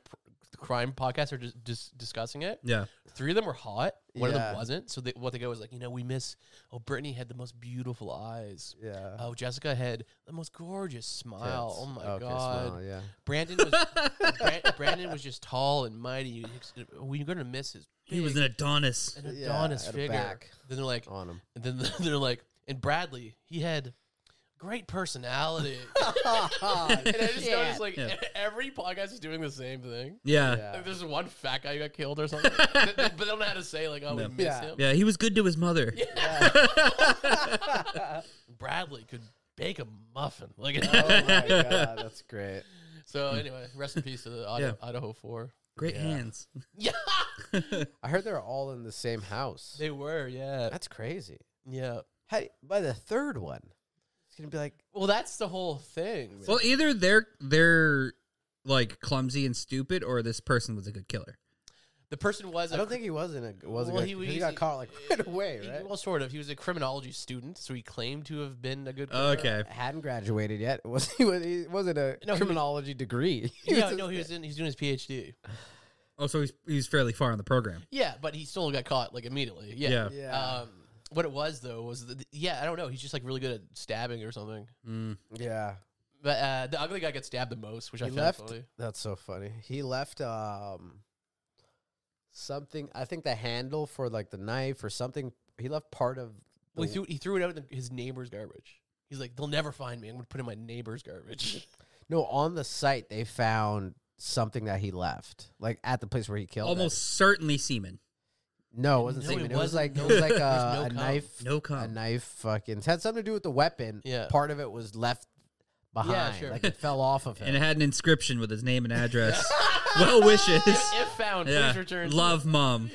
[SPEAKER 2] crime podcasts are just, just discussing it.
[SPEAKER 3] Yeah.
[SPEAKER 2] Three of them were hot. One of them
[SPEAKER 4] Yeah.
[SPEAKER 2] wasn't. So they, what they go was like, you know, we miss. Oh, Brittany had the most beautiful eyes.
[SPEAKER 4] Yeah.
[SPEAKER 2] Oh, Jessica had the most gorgeous smile.
[SPEAKER 4] Tits.
[SPEAKER 2] Oh my
[SPEAKER 4] Okay,
[SPEAKER 2] god.
[SPEAKER 4] smile, yeah.
[SPEAKER 2] Brandon was Bran- Brandon was just tall and mighty. We're gonna miss his.
[SPEAKER 3] He was an Adonis.
[SPEAKER 2] an
[SPEAKER 4] Yeah,
[SPEAKER 2] Adonis
[SPEAKER 4] at a
[SPEAKER 2] figure.
[SPEAKER 4] back Oh.
[SPEAKER 2] Then they're like,
[SPEAKER 4] on him.
[SPEAKER 2] and then they're like, and Bradley, he had great personality. and Oh, I just noticed like
[SPEAKER 3] Yeah.
[SPEAKER 2] e- every podcast is doing the same thing.
[SPEAKER 3] Yeah.
[SPEAKER 4] Yeah.
[SPEAKER 2] Like, there's one fat guy who got killed or something, but they but they don't know how to say like, "Oh, we miss
[SPEAKER 4] Yeah.
[SPEAKER 2] him."
[SPEAKER 3] Yeah. He was good to his mother.
[SPEAKER 2] Bradley could bake a muffin, like.
[SPEAKER 4] Oh my god, that's great.
[SPEAKER 2] so anyway, rest in peace to the Idaho, Idaho Four.
[SPEAKER 3] Great hands.
[SPEAKER 2] Yeah,
[SPEAKER 4] I heard they're all in the same house.
[SPEAKER 2] they were. Yeah,
[SPEAKER 4] That's crazy.
[SPEAKER 2] yeah.
[SPEAKER 4] How, by the third one, it's gonna be like,
[SPEAKER 2] Well, that's the whole thing. man.
[SPEAKER 3] Well, either they're they're like clumsy and stupid, or this person was a good killer.
[SPEAKER 2] The person was.
[SPEAKER 4] I
[SPEAKER 2] a
[SPEAKER 4] don't
[SPEAKER 2] cr-
[SPEAKER 4] think he was in a was
[SPEAKER 2] Well,
[SPEAKER 4] a
[SPEAKER 2] he
[SPEAKER 4] good, he,
[SPEAKER 2] was-
[SPEAKER 4] got caught like right away,
[SPEAKER 2] he-
[SPEAKER 4] right?
[SPEAKER 2] Well, sort of. He was a criminology student, so he claimed to have been a good.
[SPEAKER 3] Oh, Okay.
[SPEAKER 4] Hadn't graduated yet. Was he? Was he wasn't a
[SPEAKER 2] No, he was-
[SPEAKER 4] criminology degree? He
[SPEAKER 2] no,
[SPEAKER 4] was a-
[SPEAKER 2] no, he was in. He's doing his PhD.
[SPEAKER 3] Oh, so he's he's fairly far in the program.
[SPEAKER 2] Yeah, but he still got caught like immediately.
[SPEAKER 3] Yeah.
[SPEAKER 2] Yeah.
[SPEAKER 4] Yeah.
[SPEAKER 2] Um, what it was though was the, yeah, I don't know. He's just like really good at stabbing or something.
[SPEAKER 4] yeah.
[SPEAKER 2] But uh, the ugly guy got stabbed the most, which I
[SPEAKER 4] He
[SPEAKER 2] found
[SPEAKER 4] left.
[SPEAKER 2] funny.
[SPEAKER 4] That's so funny. He left um something. I think the handle for like the knife or something. He left part of. the-
[SPEAKER 2] Well, he threw, he threw it out in the, his neighbor's garbage. He's like, they'll never find me. I'm gonna put it in my neighbor's garbage.
[SPEAKER 4] no, on the site they found something that he left, like at the place where he killed.
[SPEAKER 3] Almost
[SPEAKER 4] it.
[SPEAKER 3] certainly semen.
[SPEAKER 4] No, it wasn't
[SPEAKER 2] No, it
[SPEAKER 4] semen. It, was
[SPEAKER 2] wasn't.
[SPEAKER 4] like
[SPEAKER 2] No,
[SPEAKER 4] it was like
[SPEAKER 2] there's
[SPEAKER 4] a,
[SPEAKER 2] no
[SPEAKER 4] a
[SPEAKER 2] cum.
[SPEAKER 4] knife.
[SPEAKER 3] No
[SPEAKER 4] a
[SPEAKER 3] cum.
[SPEAKER 4] knife fucking it had something to do with the weapon.
[SPEAKER 2] Yeah.
[SPEAKER 4] Part of it was left behind.
[SPEAKER 2] sure.
[SPEAKER 4] Like it fell off of him.
[SPEAKER 3] And it had an inscription with his name and address. well wishes.
[SPEAKER 2] if found,
[SPEAKER 3] Yeah.
[SPEAKER 2] please return.
[SPEAKER 3] Love mom.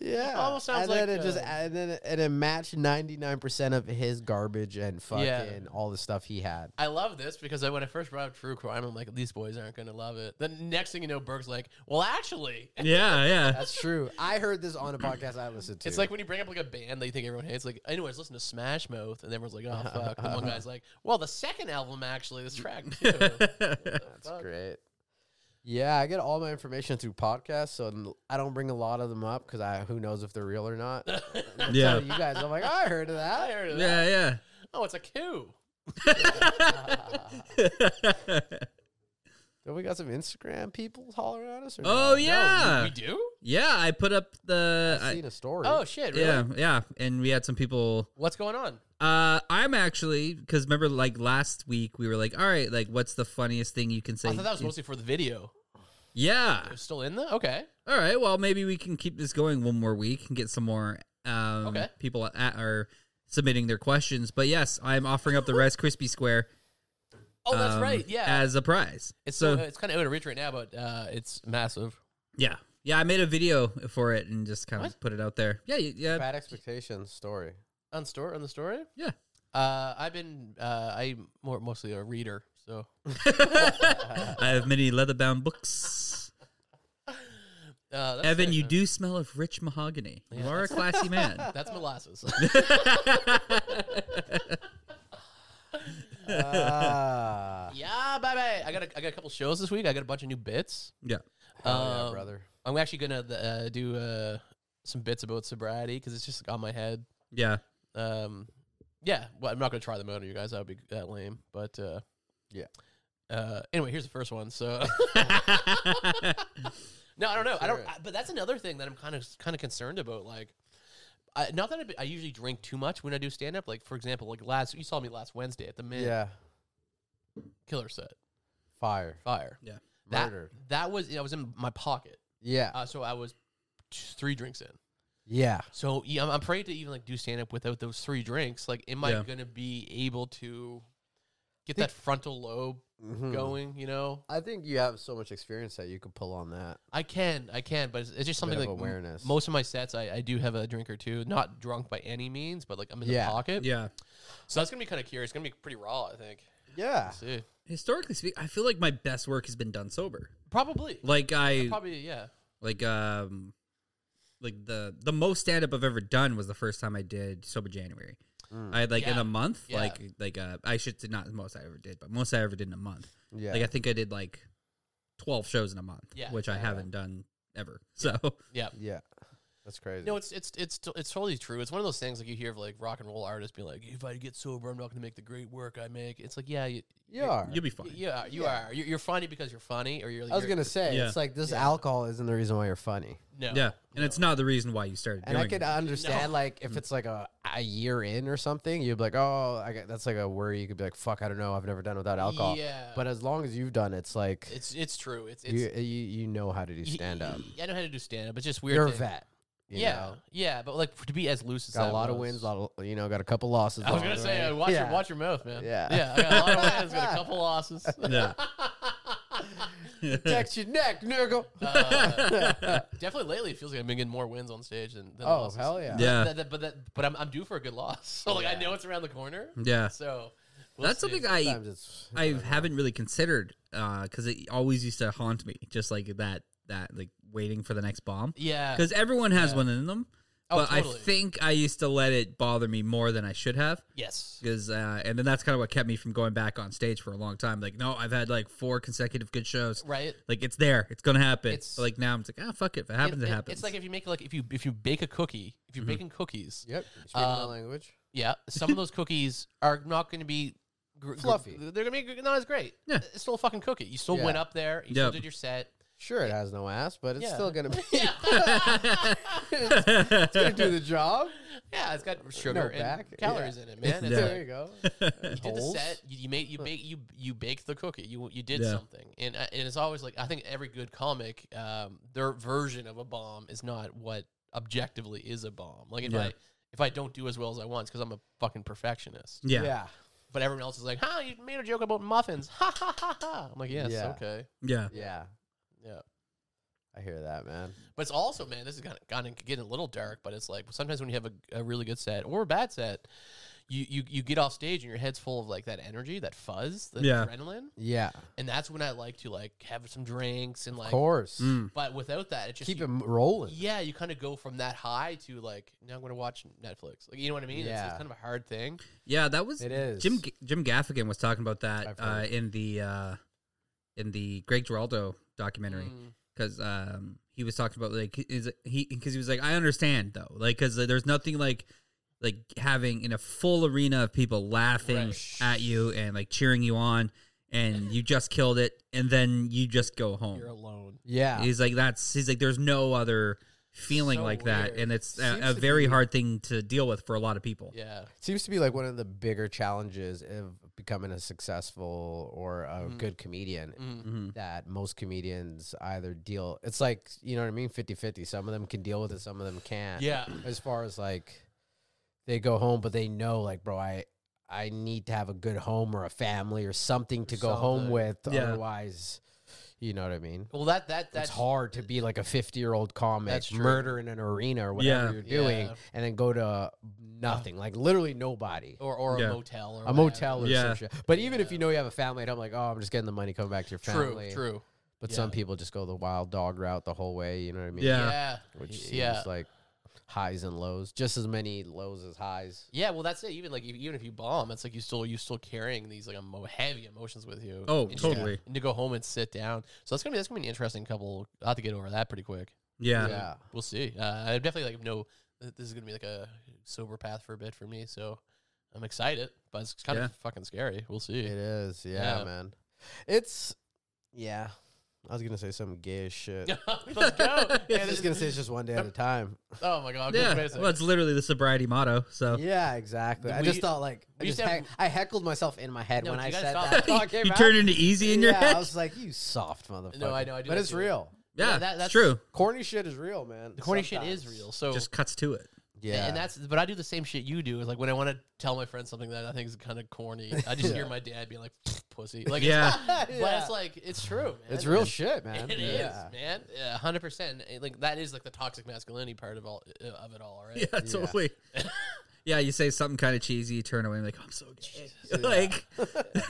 [SPEAKER 4] yeah.
[SPEAKER 2] almost sounds
[SPEAKER 4] and then
[SPEAKER 2] like,
[SPEAKER 4] it just
[SPEAKER 2] uh,
[SPEAKER 4] and then it, and it matched ninety nine percent of his garbage and fucking
[SPEAKER 2] Yeah.
[SPEAKER 4] all the stuff he had.
[SPEAKER 2] I love this because I, when I first brought up true crime, I'm like, these boys aren't gonna love it. The next thing you know, Burke's like, well, actually,
[SPEAKER 3] Yeah, yeah.
[SPEAKER 4] That's true. I heard this on a podcast I listened to.
[SPEAKER 2] It's like when you bring up like a band that you think everyone hates. Like, anyways, listen to Smash Mouth, and everyone's like, "Oh fuck." And one guy's like, "Well, the second album actually, this track too."
[SPEAKER 4] that's great. Yeah, I get all my information through podcasts, so n- I don't bring a lot of them up because I who knows if they're real or not.
[SPEAKER 3] Yeah.
[SPEAKER 4] So you guys, I'm like, I heard of
[SPEAKER 2] I
[SPEAKER 4] that.
[SPEAKER 2] heard of that.
[SPEAKER 3] Yeah,
[SPEAKER 2] Oh, it's a coup.
[SPEAKER 3] yeah.
[SPEAKER 4] Then we got some Instagram people hollering at us. Or
[SPEAKER 3] oh
[SPEAKER 4] no?
[SPEAKER 3] yeah.
[SPEAKER 2] we do.
[SPEAKER 3] yeah, I put up the I-
[SPEAKER 4] seen a story.
[SPEAKER 2] Oh shit! Really?
[SPEAKER 3] Yeah, yeah. And we had some people
[SPEAKER 2] What's going on?
[SPEAKER 3] uh I'm actually cuz remember like last week we were like, "All right, like what's the funniest thing you can say?"
[SPEAKER 2] I thought that was mostly for the video.
[SPEAKER 3] yeah.
[SPEAKER 2] It's still in there. Okay.
[SPEAKER 3] All right. Well, maybe we can keep this going one more week and get some more um,
[SPEAKER 2] Okay.
[SPEAKER 3] people at, are submitting their questions. But yes, I'm offering up the Rice Krispie Square.
[SPEAKER 2] Oh, that's
[SPEAKER 3] um,
[SPEAKER 2] right. Yeah.
[SPEAKER 3] As a prize.
[SPEAKER 2] it's
[SPEAKER 3] so
[SPEAKER 2] so, it's kind of out of reach right now, but uh, it's massive.
[SPEAKER 3] yeah, yeah. I made a video for it and just kind of
[SPEAKER 2] What?
[SPEAKER 3] put it out there. Yeah, y- yeah,
[SPEAKER 4] Bad expectations story.
[SPEAKER 2] On store on the story.
[SPEAKER 3] yeah.
[SPEAKER 2] Uh, I've been uh, I'm more mostly a reader, so
[SPEAKER 3] I have many leather-bound books.
[SPEAKER 2] uh, that's
[SPEAKER 3] Evan,
[SPEAKER 2] it,
[SPEAKER 3] you
[SPEAKER 2] man.
[SPEAKER 3] do smell of rich mahogany. You are a classy man.
[SPEAKER 2] That's molasses.
[SPEAKER 4] Ah.
[SPEAKER 2] Yeah, bye bye. I got a, I got a couple shows this week. I got a bunch of new bits.
[SPEAKER 3] yeah.
[SPEAKER 4] Hell yeah,
[SPEAKER 2] Um,
[SPEAKER 4] brother.
[SPEAKER 2] I'm actually gonna uh, do uh, some bits about sobriety because it's just on my head.
[SPEAKER 3] Yeah.
[SPEAKER 2] Um, yeah, well, I'm not gonna try them out on you guys. That would be that lame. But uh,
[SPEAKER 4] Yeah.
[SPEAKER 2] Uh, anyway, here's the first one. So no, I don't know. I don't.
[SPEAKER 4] Sure.
[SPEAKER 2] I, but that's another thing that I'm kind of kind of concerned about. Like, I, not that I, I usually drink too much when I do stand up. Like for example, like last you saw me last Wednesday at the Mint
[SPEAKER 4] Yeah.
[SPEAKER 2] Killer set
[SPEAKER 4] Fire.
[SPEAKER 2] fire.
[SPEAKER 3] Yeah.
[SPEAKER 2] That,
[SPEAKER 4] Murdered.
[SPEAKER 2] That was I was in my pocket.
[SPEAKER 4] Yeah.
[SPEAKER 2] Uh, so I was t- three drinks in.
[SPEAKER 4] yeah.
[SPEAKER 2] So yeah, I'm, I'm afraid to even like do stand up without those three drinks. Like, am I
[SPEAKER 3] Yeah.
[SPEAKER 2] gonna be able to get that frontal lobe
[SPEAKER 4] Mhm.
[SPEAKER 2] going? You know,
[SPEAKER 4] I think you have so much experience that you could pull on that.
[SPEAKER 2] I can, I can, but it's, it's just something
[SPEAKER 4] of
[SPEAKER 2] like m-
[SPEAKER 4] awareness.
[SPEAKER 2] most of my sets, I, I do have a drink or two, not drunk by any means, but like I'm in
[SPEAKER 4] Yeah.
[SPEAKER 2] the pocket.
[SPEAKER 3] Yeah.
[SPEAKER 2] So that's gonna be kind of curious. It's gonna be pretty raw, I think.
[SPEAKER 4] Yeah.
[SPEAKER 2] See,
[SPEAKER 3] Historically speaking, I feel like my best work has been done sober.
[SPEAKER 2] probably,
[SPEAKER 3] Like I
[SPEAKER 2] probably, yeah.
[SPEAKER 3] like um like the the most stand up I've ever done was the first time I did sober January.
[SPEAKER 4] Mm.
[SPEAKER 3] I had like in
[SPEAKER 2] Yeah.
[SPEAKER 3] a month,
[SPEAKER 2] Yeah.
[SPEAKER 3] like like uh, I should say not the most I ever did, but most I ever did in a month.
[SPEAKER 4] Yeah.
[SPEAKER 3] Like I think I did like twelve shows in a month,
[SPEAKER 2] Yeah.
[SPEAKER 3] which I
[SPEAKER 2] Yeah.
[SPEAKER 3] haven't done ever. So
[SPEAKER 2] Yeah.
[SPEAKER 4] yeah. That's crazy.
[SPEAKER 2] No, it's it's it's t- it's totally true. It's one of those things like you hear of like rock and roll artists being like, if I get sober, I'm not going to make the great work I make. It's like, yeah, you,
[SPEAKER 4] you are.
[SPEAKER 3] you'll be fine.
[SPEAKER 2] yeah, you
[SPEAKER 4] Yeah.
[SPEAKER 2] are. You're, you're funny because you're funny, or you're. Like,
[SPEAKER 4] I was
[SPEAKER 2] you're-
[SPEAKER 4] gonna say
[SPEAKER 3] Yeah.
[SPEAKER 4] it's like this alcohol isn't the reason why you're funny,
[SPEAKER 2] no,
[SPEAKER 3] yeah, and it's not the reason why you started.
[SPEAKER 4] and
[SPEAKER 3] doing
[SPEAKER 4] I could uh,
[SPEAKER 3] it.
[SPEAKER 4] understand like if it's like a, a year in or something, you'd be like, oh, I got, that's like a worry. You could be like, fuck, I don't know, I've never done without alcohol.
[SPEAKER 2] Yeah.
[SPEAKER 4] But as long as you've done, it's like
[SPEAKER 2] It's it's true. It's it's.
[SPEAKER 4] you, you you know how to do
[SPEAKER 2] y-
[SPEAKER 4] stand up.
[SPEAKER 2] y- I know how to do stand up. It's just weird.
[SPEAKER 4] You're a
[SPEAKER 2] to-
[SPEAKER 4] vet. you
[SPEAKER 2] yeah,
[SPEAKER 4] know?
[SPEAKER 2] yeah, but like to be as loose as
[SPEAKER 4] Got
[SPEAKER 2] that
[SPEAKER 4] a lot of
[SPEAKER 2] was.
[SPEAKER 4] wins, lot of, you know, got a couple losses.
[SPEAKER 2] I was
[SPEAKER 4] along
[SPEAKER 2] gonna
[SPEAKER 4] the
[SPEAKER 2] say,
[SPEAKER 4] way.
[SPEAKER 2] uh, watch
[SPEAKER 4] Yeah.
[SPEAKER 2] your watch your mouth, man.
[SPEAKER 4] Yeah.
[SPEAKER 2] yeah. I got a lot of wins, got a couple losses.
[SPEAKER 3] Yeah.
[SPEAKER 4] Text your neck, nigga.
[SPEAKER 2] Uh, definitely lately, it feels like I've been getting more wins on stage than, than
[SPEAKER 4] oh
[SPEAKER 2] losses.
[SPEAKER 4] hell yeah!
[SPEAKER 3] Yeah.
[SPEAKER 2] That- that- but that, but I'm, I'm due for a good loss. So like I know it's around the corner.
[SPEAKER 3] yeah,
[SPEAKER 2] So we'll
[SPEAKER 3] Mm. that's
[SPEAKER 2] see.
[SPEAKER 3] something I
[SPEAKER 4] Sometimes it's
[SPEAKER 3] uh, I haven't really considered because it always used to haunt me, just like that that, like waiting for the next bomb.
[SPEAKER 2] Yeah.
[SPEAKER 3] Because everyone has one in them.
[SPEAKER 2] Oh,
[SPEAKER 3] But
[SPEAKER 2] totally.
[SPEAKER 3] I think I used to let it bother me more than I should have.
[SPEAKER 2] Yes.
[SPEAKER 3] Because uh, and then that's kind of what kept me from going back on stage for a long time. Like, no, I've had like four consecutive good shows.
[SPEAKER 2] Right.
[SPEAKER 3] Like it's there, it's gonna happen.
[SPEAKER 2] It's-
[SPEAKER 3] but, like now I'm just like, ah, fuck it. If it happens, it,
[SPEAKER 2] It- it-
[SPEAKER 3] happens. Mm-hmm.
[SPEAKER 2] It's like if you make like if you if you bake a cookie, if you're baking cookies,
[SPEAKER 4] Yep. Speak my
[SPEAKER 2] Um,
[SPEAKER 4] language.
[SPEAKER 2] yeah, some of those cookies are not going to be gr- gr-
[SPEAKER 4] Fluffy.
[SPEAKER 2] They're going to be gr- not as great.
[SPEAKER 3] Yeah.
[SPEAKER 2] It's still a fucking cookie. You still
[SPEAKER 4] Yeah.
[SPEAKER 2] went up there. You still
[SPEAKER 3] Yep.
[SPEAKER 2] did your set.
[SPEAKER 4] Sure, it has no ass, but it's
[SPEAKER 2] Yeah.
[SPEAKER 4] still gonna be
[SPEAKER 2] Yeah.
[SPEAKER 4] it's gonna do the job.
[SPEAKER 2] yeah, it's got sugar and
[SPEAKER 4] back.
[SPEAKER 2] calories in it, man. It's
[SPEAKER 3] Yeah.
[SPEAKER 2] like-
[SPEAKER 4] There you go.
[SPEAKER 2] you did the
[SPEAKER 4] Holes.
[SPEAKER 2] set. You, you made you bake you you baked the cookie. You you did
[SPEAKER 3] Yeah.
[SPEAKER 2] something, and uh, and it's always like I think every good comic, um, their version of a bomb is not what objectively is a bomb. Like if
[SPEAKER 3] Yeah.
[SPEAKER 2] I if I don't do as well as I want, because I'm a fucking perfectionist.
[SPEAKER 3] yeah, yeah,
[SPEAKER 4] yeah.
[SPEAKER 2] But everyone else is like, "Ha, you made a joke about muffins." Ha ha ha ha. I'm like, "Yes,
[SPEAKER 4] Yeah.
[SPEAKER 2] okay,
[SPEAKER 3] yeah,
[SPEAKER 4] Yeah.
[SPEAKER 2] yeah."
[SPEAKER 4] I hear that, man.
[SPEAKER 2] But it's also, man, this is kind of gotten getting a little dark. But it's like sometimes when you have a, a really good set or a bad set, you, you you get off stage and your head's full of like that energy, that fuzz, that
[SPEAKER 3] Yeah.
[SPEAKER 2] adrenaline.
[SPEAKER 4] Yeah.
[SPEAKER 2] and that's when I like to like have some drinks and like.
[SPEAKER 4] of course.
[SPEAKER 3] Mm.
[SPEAKER 2] But without that, it just
[SPEAKER 4] Keep
[SPEAKER 2] you-
[SPEAKER 4] him rolling.
[SPEAKER 2] Yeah, you kind of go from that high to like now I'm going to watch Netflix. Like you know what I mean? It's, it's
[SPEAKER 4] Yeah.
[SPEAKER 2] kind of a hard thing.
[SPEAKER 3] yeah. That was
[SPEAKER 4] It is.
[SPEAKER 3] Jim Jim Gaffigan was talking about that
[SPEAKER 4] I've
[SPEAKER 3] uh,
[SPEAKER 4] heard.
[SPEAKER 3] in the uh, in the Greg Giraldo documentary.
[SPEAKER 2] Mm.
[SPEAKER 3] because um, he was talking about like is he because he was like I understand though like because there's nothing like like having in a full arena of people laughing
[SPEAKER 2] Right.
[SPEAKER 3] at you and like cheering you on and you just killed it and then you just go
[SPEAKER 4] Oh.
[SPEAKER 3] home.
[SPEAKER 2] You're alone.
[SPEAKER 4] Yeah.
[SPEAKER 3] He's like that's he's like there's no other feeling
[SPEAKER 2] So
[SPEAKER 3] like that
[SPEAKER 2] weird.
[SPEAKER 3] and it's a,
[SPEAKER 4] Seems
[SPEAKER 3] a
[SPEAKER 4] to
[SPEAKER 3] very
[SPEAKER 4] be-
[SPEAKER 3] hard thing to deal with for a lot of people.
[SPEAKER 2] Yeah.
[SPEAKER 4] seems to be like one of the bigger challenges of becoming a successful or a
[SPEAKER 2] Mhm.
[SPEAKER 4] good comedian
[SPEAKER 2] Mm.
[SPEAKER 3] Mhm.
[SPEAKER 4] that most comedians either deal it's like you know what i mean 50-50 some of them can deal with it some of them can't
[SPEAKER 2] Yeah.
[SPEAKER 4] as far as like they go home but they know like bro i i need to have a good home or a family or something to go home
[SPEAKER 2] something.
[SPEAKER 4] with
[SPEAKER 3] Yeah.
[SPEAKER 4] otherwise you know what i mean
[SPEAKER 2] Well, that that that's
[SPEAKER 4] it's hard to be like a 50 year old comic
[SPEAKER 2] That's true.
[SPEAKER 4] murder in an arena or whatever
[SPEAKER 3] Yeah.
[SPEAKER 4] you're doing
[SPEAKER 2] Yeah.
[SPEAKER 4] and then go to nothing like literally nobody
[SPEAKER 2] Or or
[SPEAKER 3] Yeah.
[SPEAKER 2] a motel or
[SPEAKER 4] a motel or
[SPEAKER 2] whatever.
[SPEAKER 3] Yeah.
[SPEAKER 4] some shit. But even if you know you have a family at home, like, oh, I'm just getting the money coming back to your family.
[SPEAKER 2] True. True.
[SPEAKER 4] But
[SPEAKER 2] yeah.
[SPEAKER 4] some people just go the wild dog route the whole way. You know what I mean?
[SPEAKER 3] Yeah.
[SPEAKER 2] Yeah.
[SPEAKER 4] Which seems
[SPEAKER 2] yeah.
[SPEAKER 4] like highs and lows, just as many lows as highs.
[SPEAKER 2] Yeah, well, that's it. Even like, e- even if you bomb, it's like you still you still carrying these like emo- heavy emotions with you.
[SPEAKER 3] Oh,
[SPEAKER 2] And you-
[SPEAKER 3] totally.
[SPEAKER 2] And to go home and sit down. So that's gonna be that's gonna be an interesting couple. I have to get over that pretty quick.
[SPEAKER 3] Yeah.
[SPEAKER 4] Yeah.
[SPEAKER 2] We'll see. Uh, I definitely like know that this is gonna be like a sober path for a bit for me. So I'm excited, but it's kind
[SPEAKER 3] Yeah.
[SPEAKER 2] of fucking scary. We'll see.
[SPEAKER 4] It is. Yeah,
[SPEAKER 2] Yeah.
[SPEAKER 4] man. It's, yeah. I was going to say some gay as shit.
[SPEAKER 2] Let's go.
[SPEAKER 4] I
[SPEAKER 2] Yeah,
[SPEAKER 4] was
[SPEAKER 2] this
[SPEAKER 4] just going to say it's just one day at a time.
[SPEAKER 2] oh my god.
[SPEAKER 3] Yeah.
[SPEAKER 2] Wait a second.
[SPEAKER 3] Well, it's literally the sobriety motto. So
[SPEAKER 4] Yeah, exactly. I
[SPEAKER 2] We-
[SPEAKER 4] just thought like I,
[SPEAKER 2] we used
[SPEAKER 4] just
[SPEAKER 2] to have-
[SPEAKER 4] heck- I heckled myself in my head
[SPEAKER 2] No,
[SPEAKER 4] when
[SPEAKER 2] you
[SPEAKER 4] I
[SPEAKER 2] gotta
[SPEAKER 4] said
[SPEAKER 2] stop.
[SPEAKER 4] that. Oh, it came
[SPEAKER 3] you
[SPEAKER 4] out.
[SPEAKER 3] turn into easy in your
[SPEAKER 4] yeah,
[SPEAKER 3] head.
[SPEAKER 4] I was like, you soft motherfucker.
[SPEAKER 2] I know, I do
[SPEAKER 4] But
[SPEAKER 2] that
[SPEAKER 4] it's
[SPEAKER 2] too.
[SPEAKER 4] real.
[SPEAKER 3] yeah,
[SPEAKER 2] that-
[SPEAKER 3] that's
[SPEAKER 2] that's-
[SPEAKER 3] true.
[SPEAKER 4] Corny shit is real, man.
[SPEAKER 2] the corny shit
[SPEAKER 4] Sometimes.
[SPEAKER 2] is real. So
[SPEAKER 3] Just cuts to it.
[SPEAKER 4] Yeah.
[SPEAKER 2] And that's, but I do the same shit you do. Is like when I want to tell my friend something that I think is kind of corny, I just hear my dad being like, "Pussy." Like, it's-
[SPEAKER 3] Yeah.
[SPEAKER 2] But
[SPEAKER 4] Yeah.
[SPEAKER 2] it's like it's true. Man.
[SPEAKER 4] It's real shit, man.
[SPEAKER 2] It is,
[SPEAKER 4] yeah.
[SPEAKER 2] man. Yeah, hundred percent. Like that is like the toxic masculinity part of all uh, of it all, right?
[SPEAKER 3] Yeah, totally. yeah, you say something kind of cheesy, you turn away and like, "Oh, I'm so gay. like,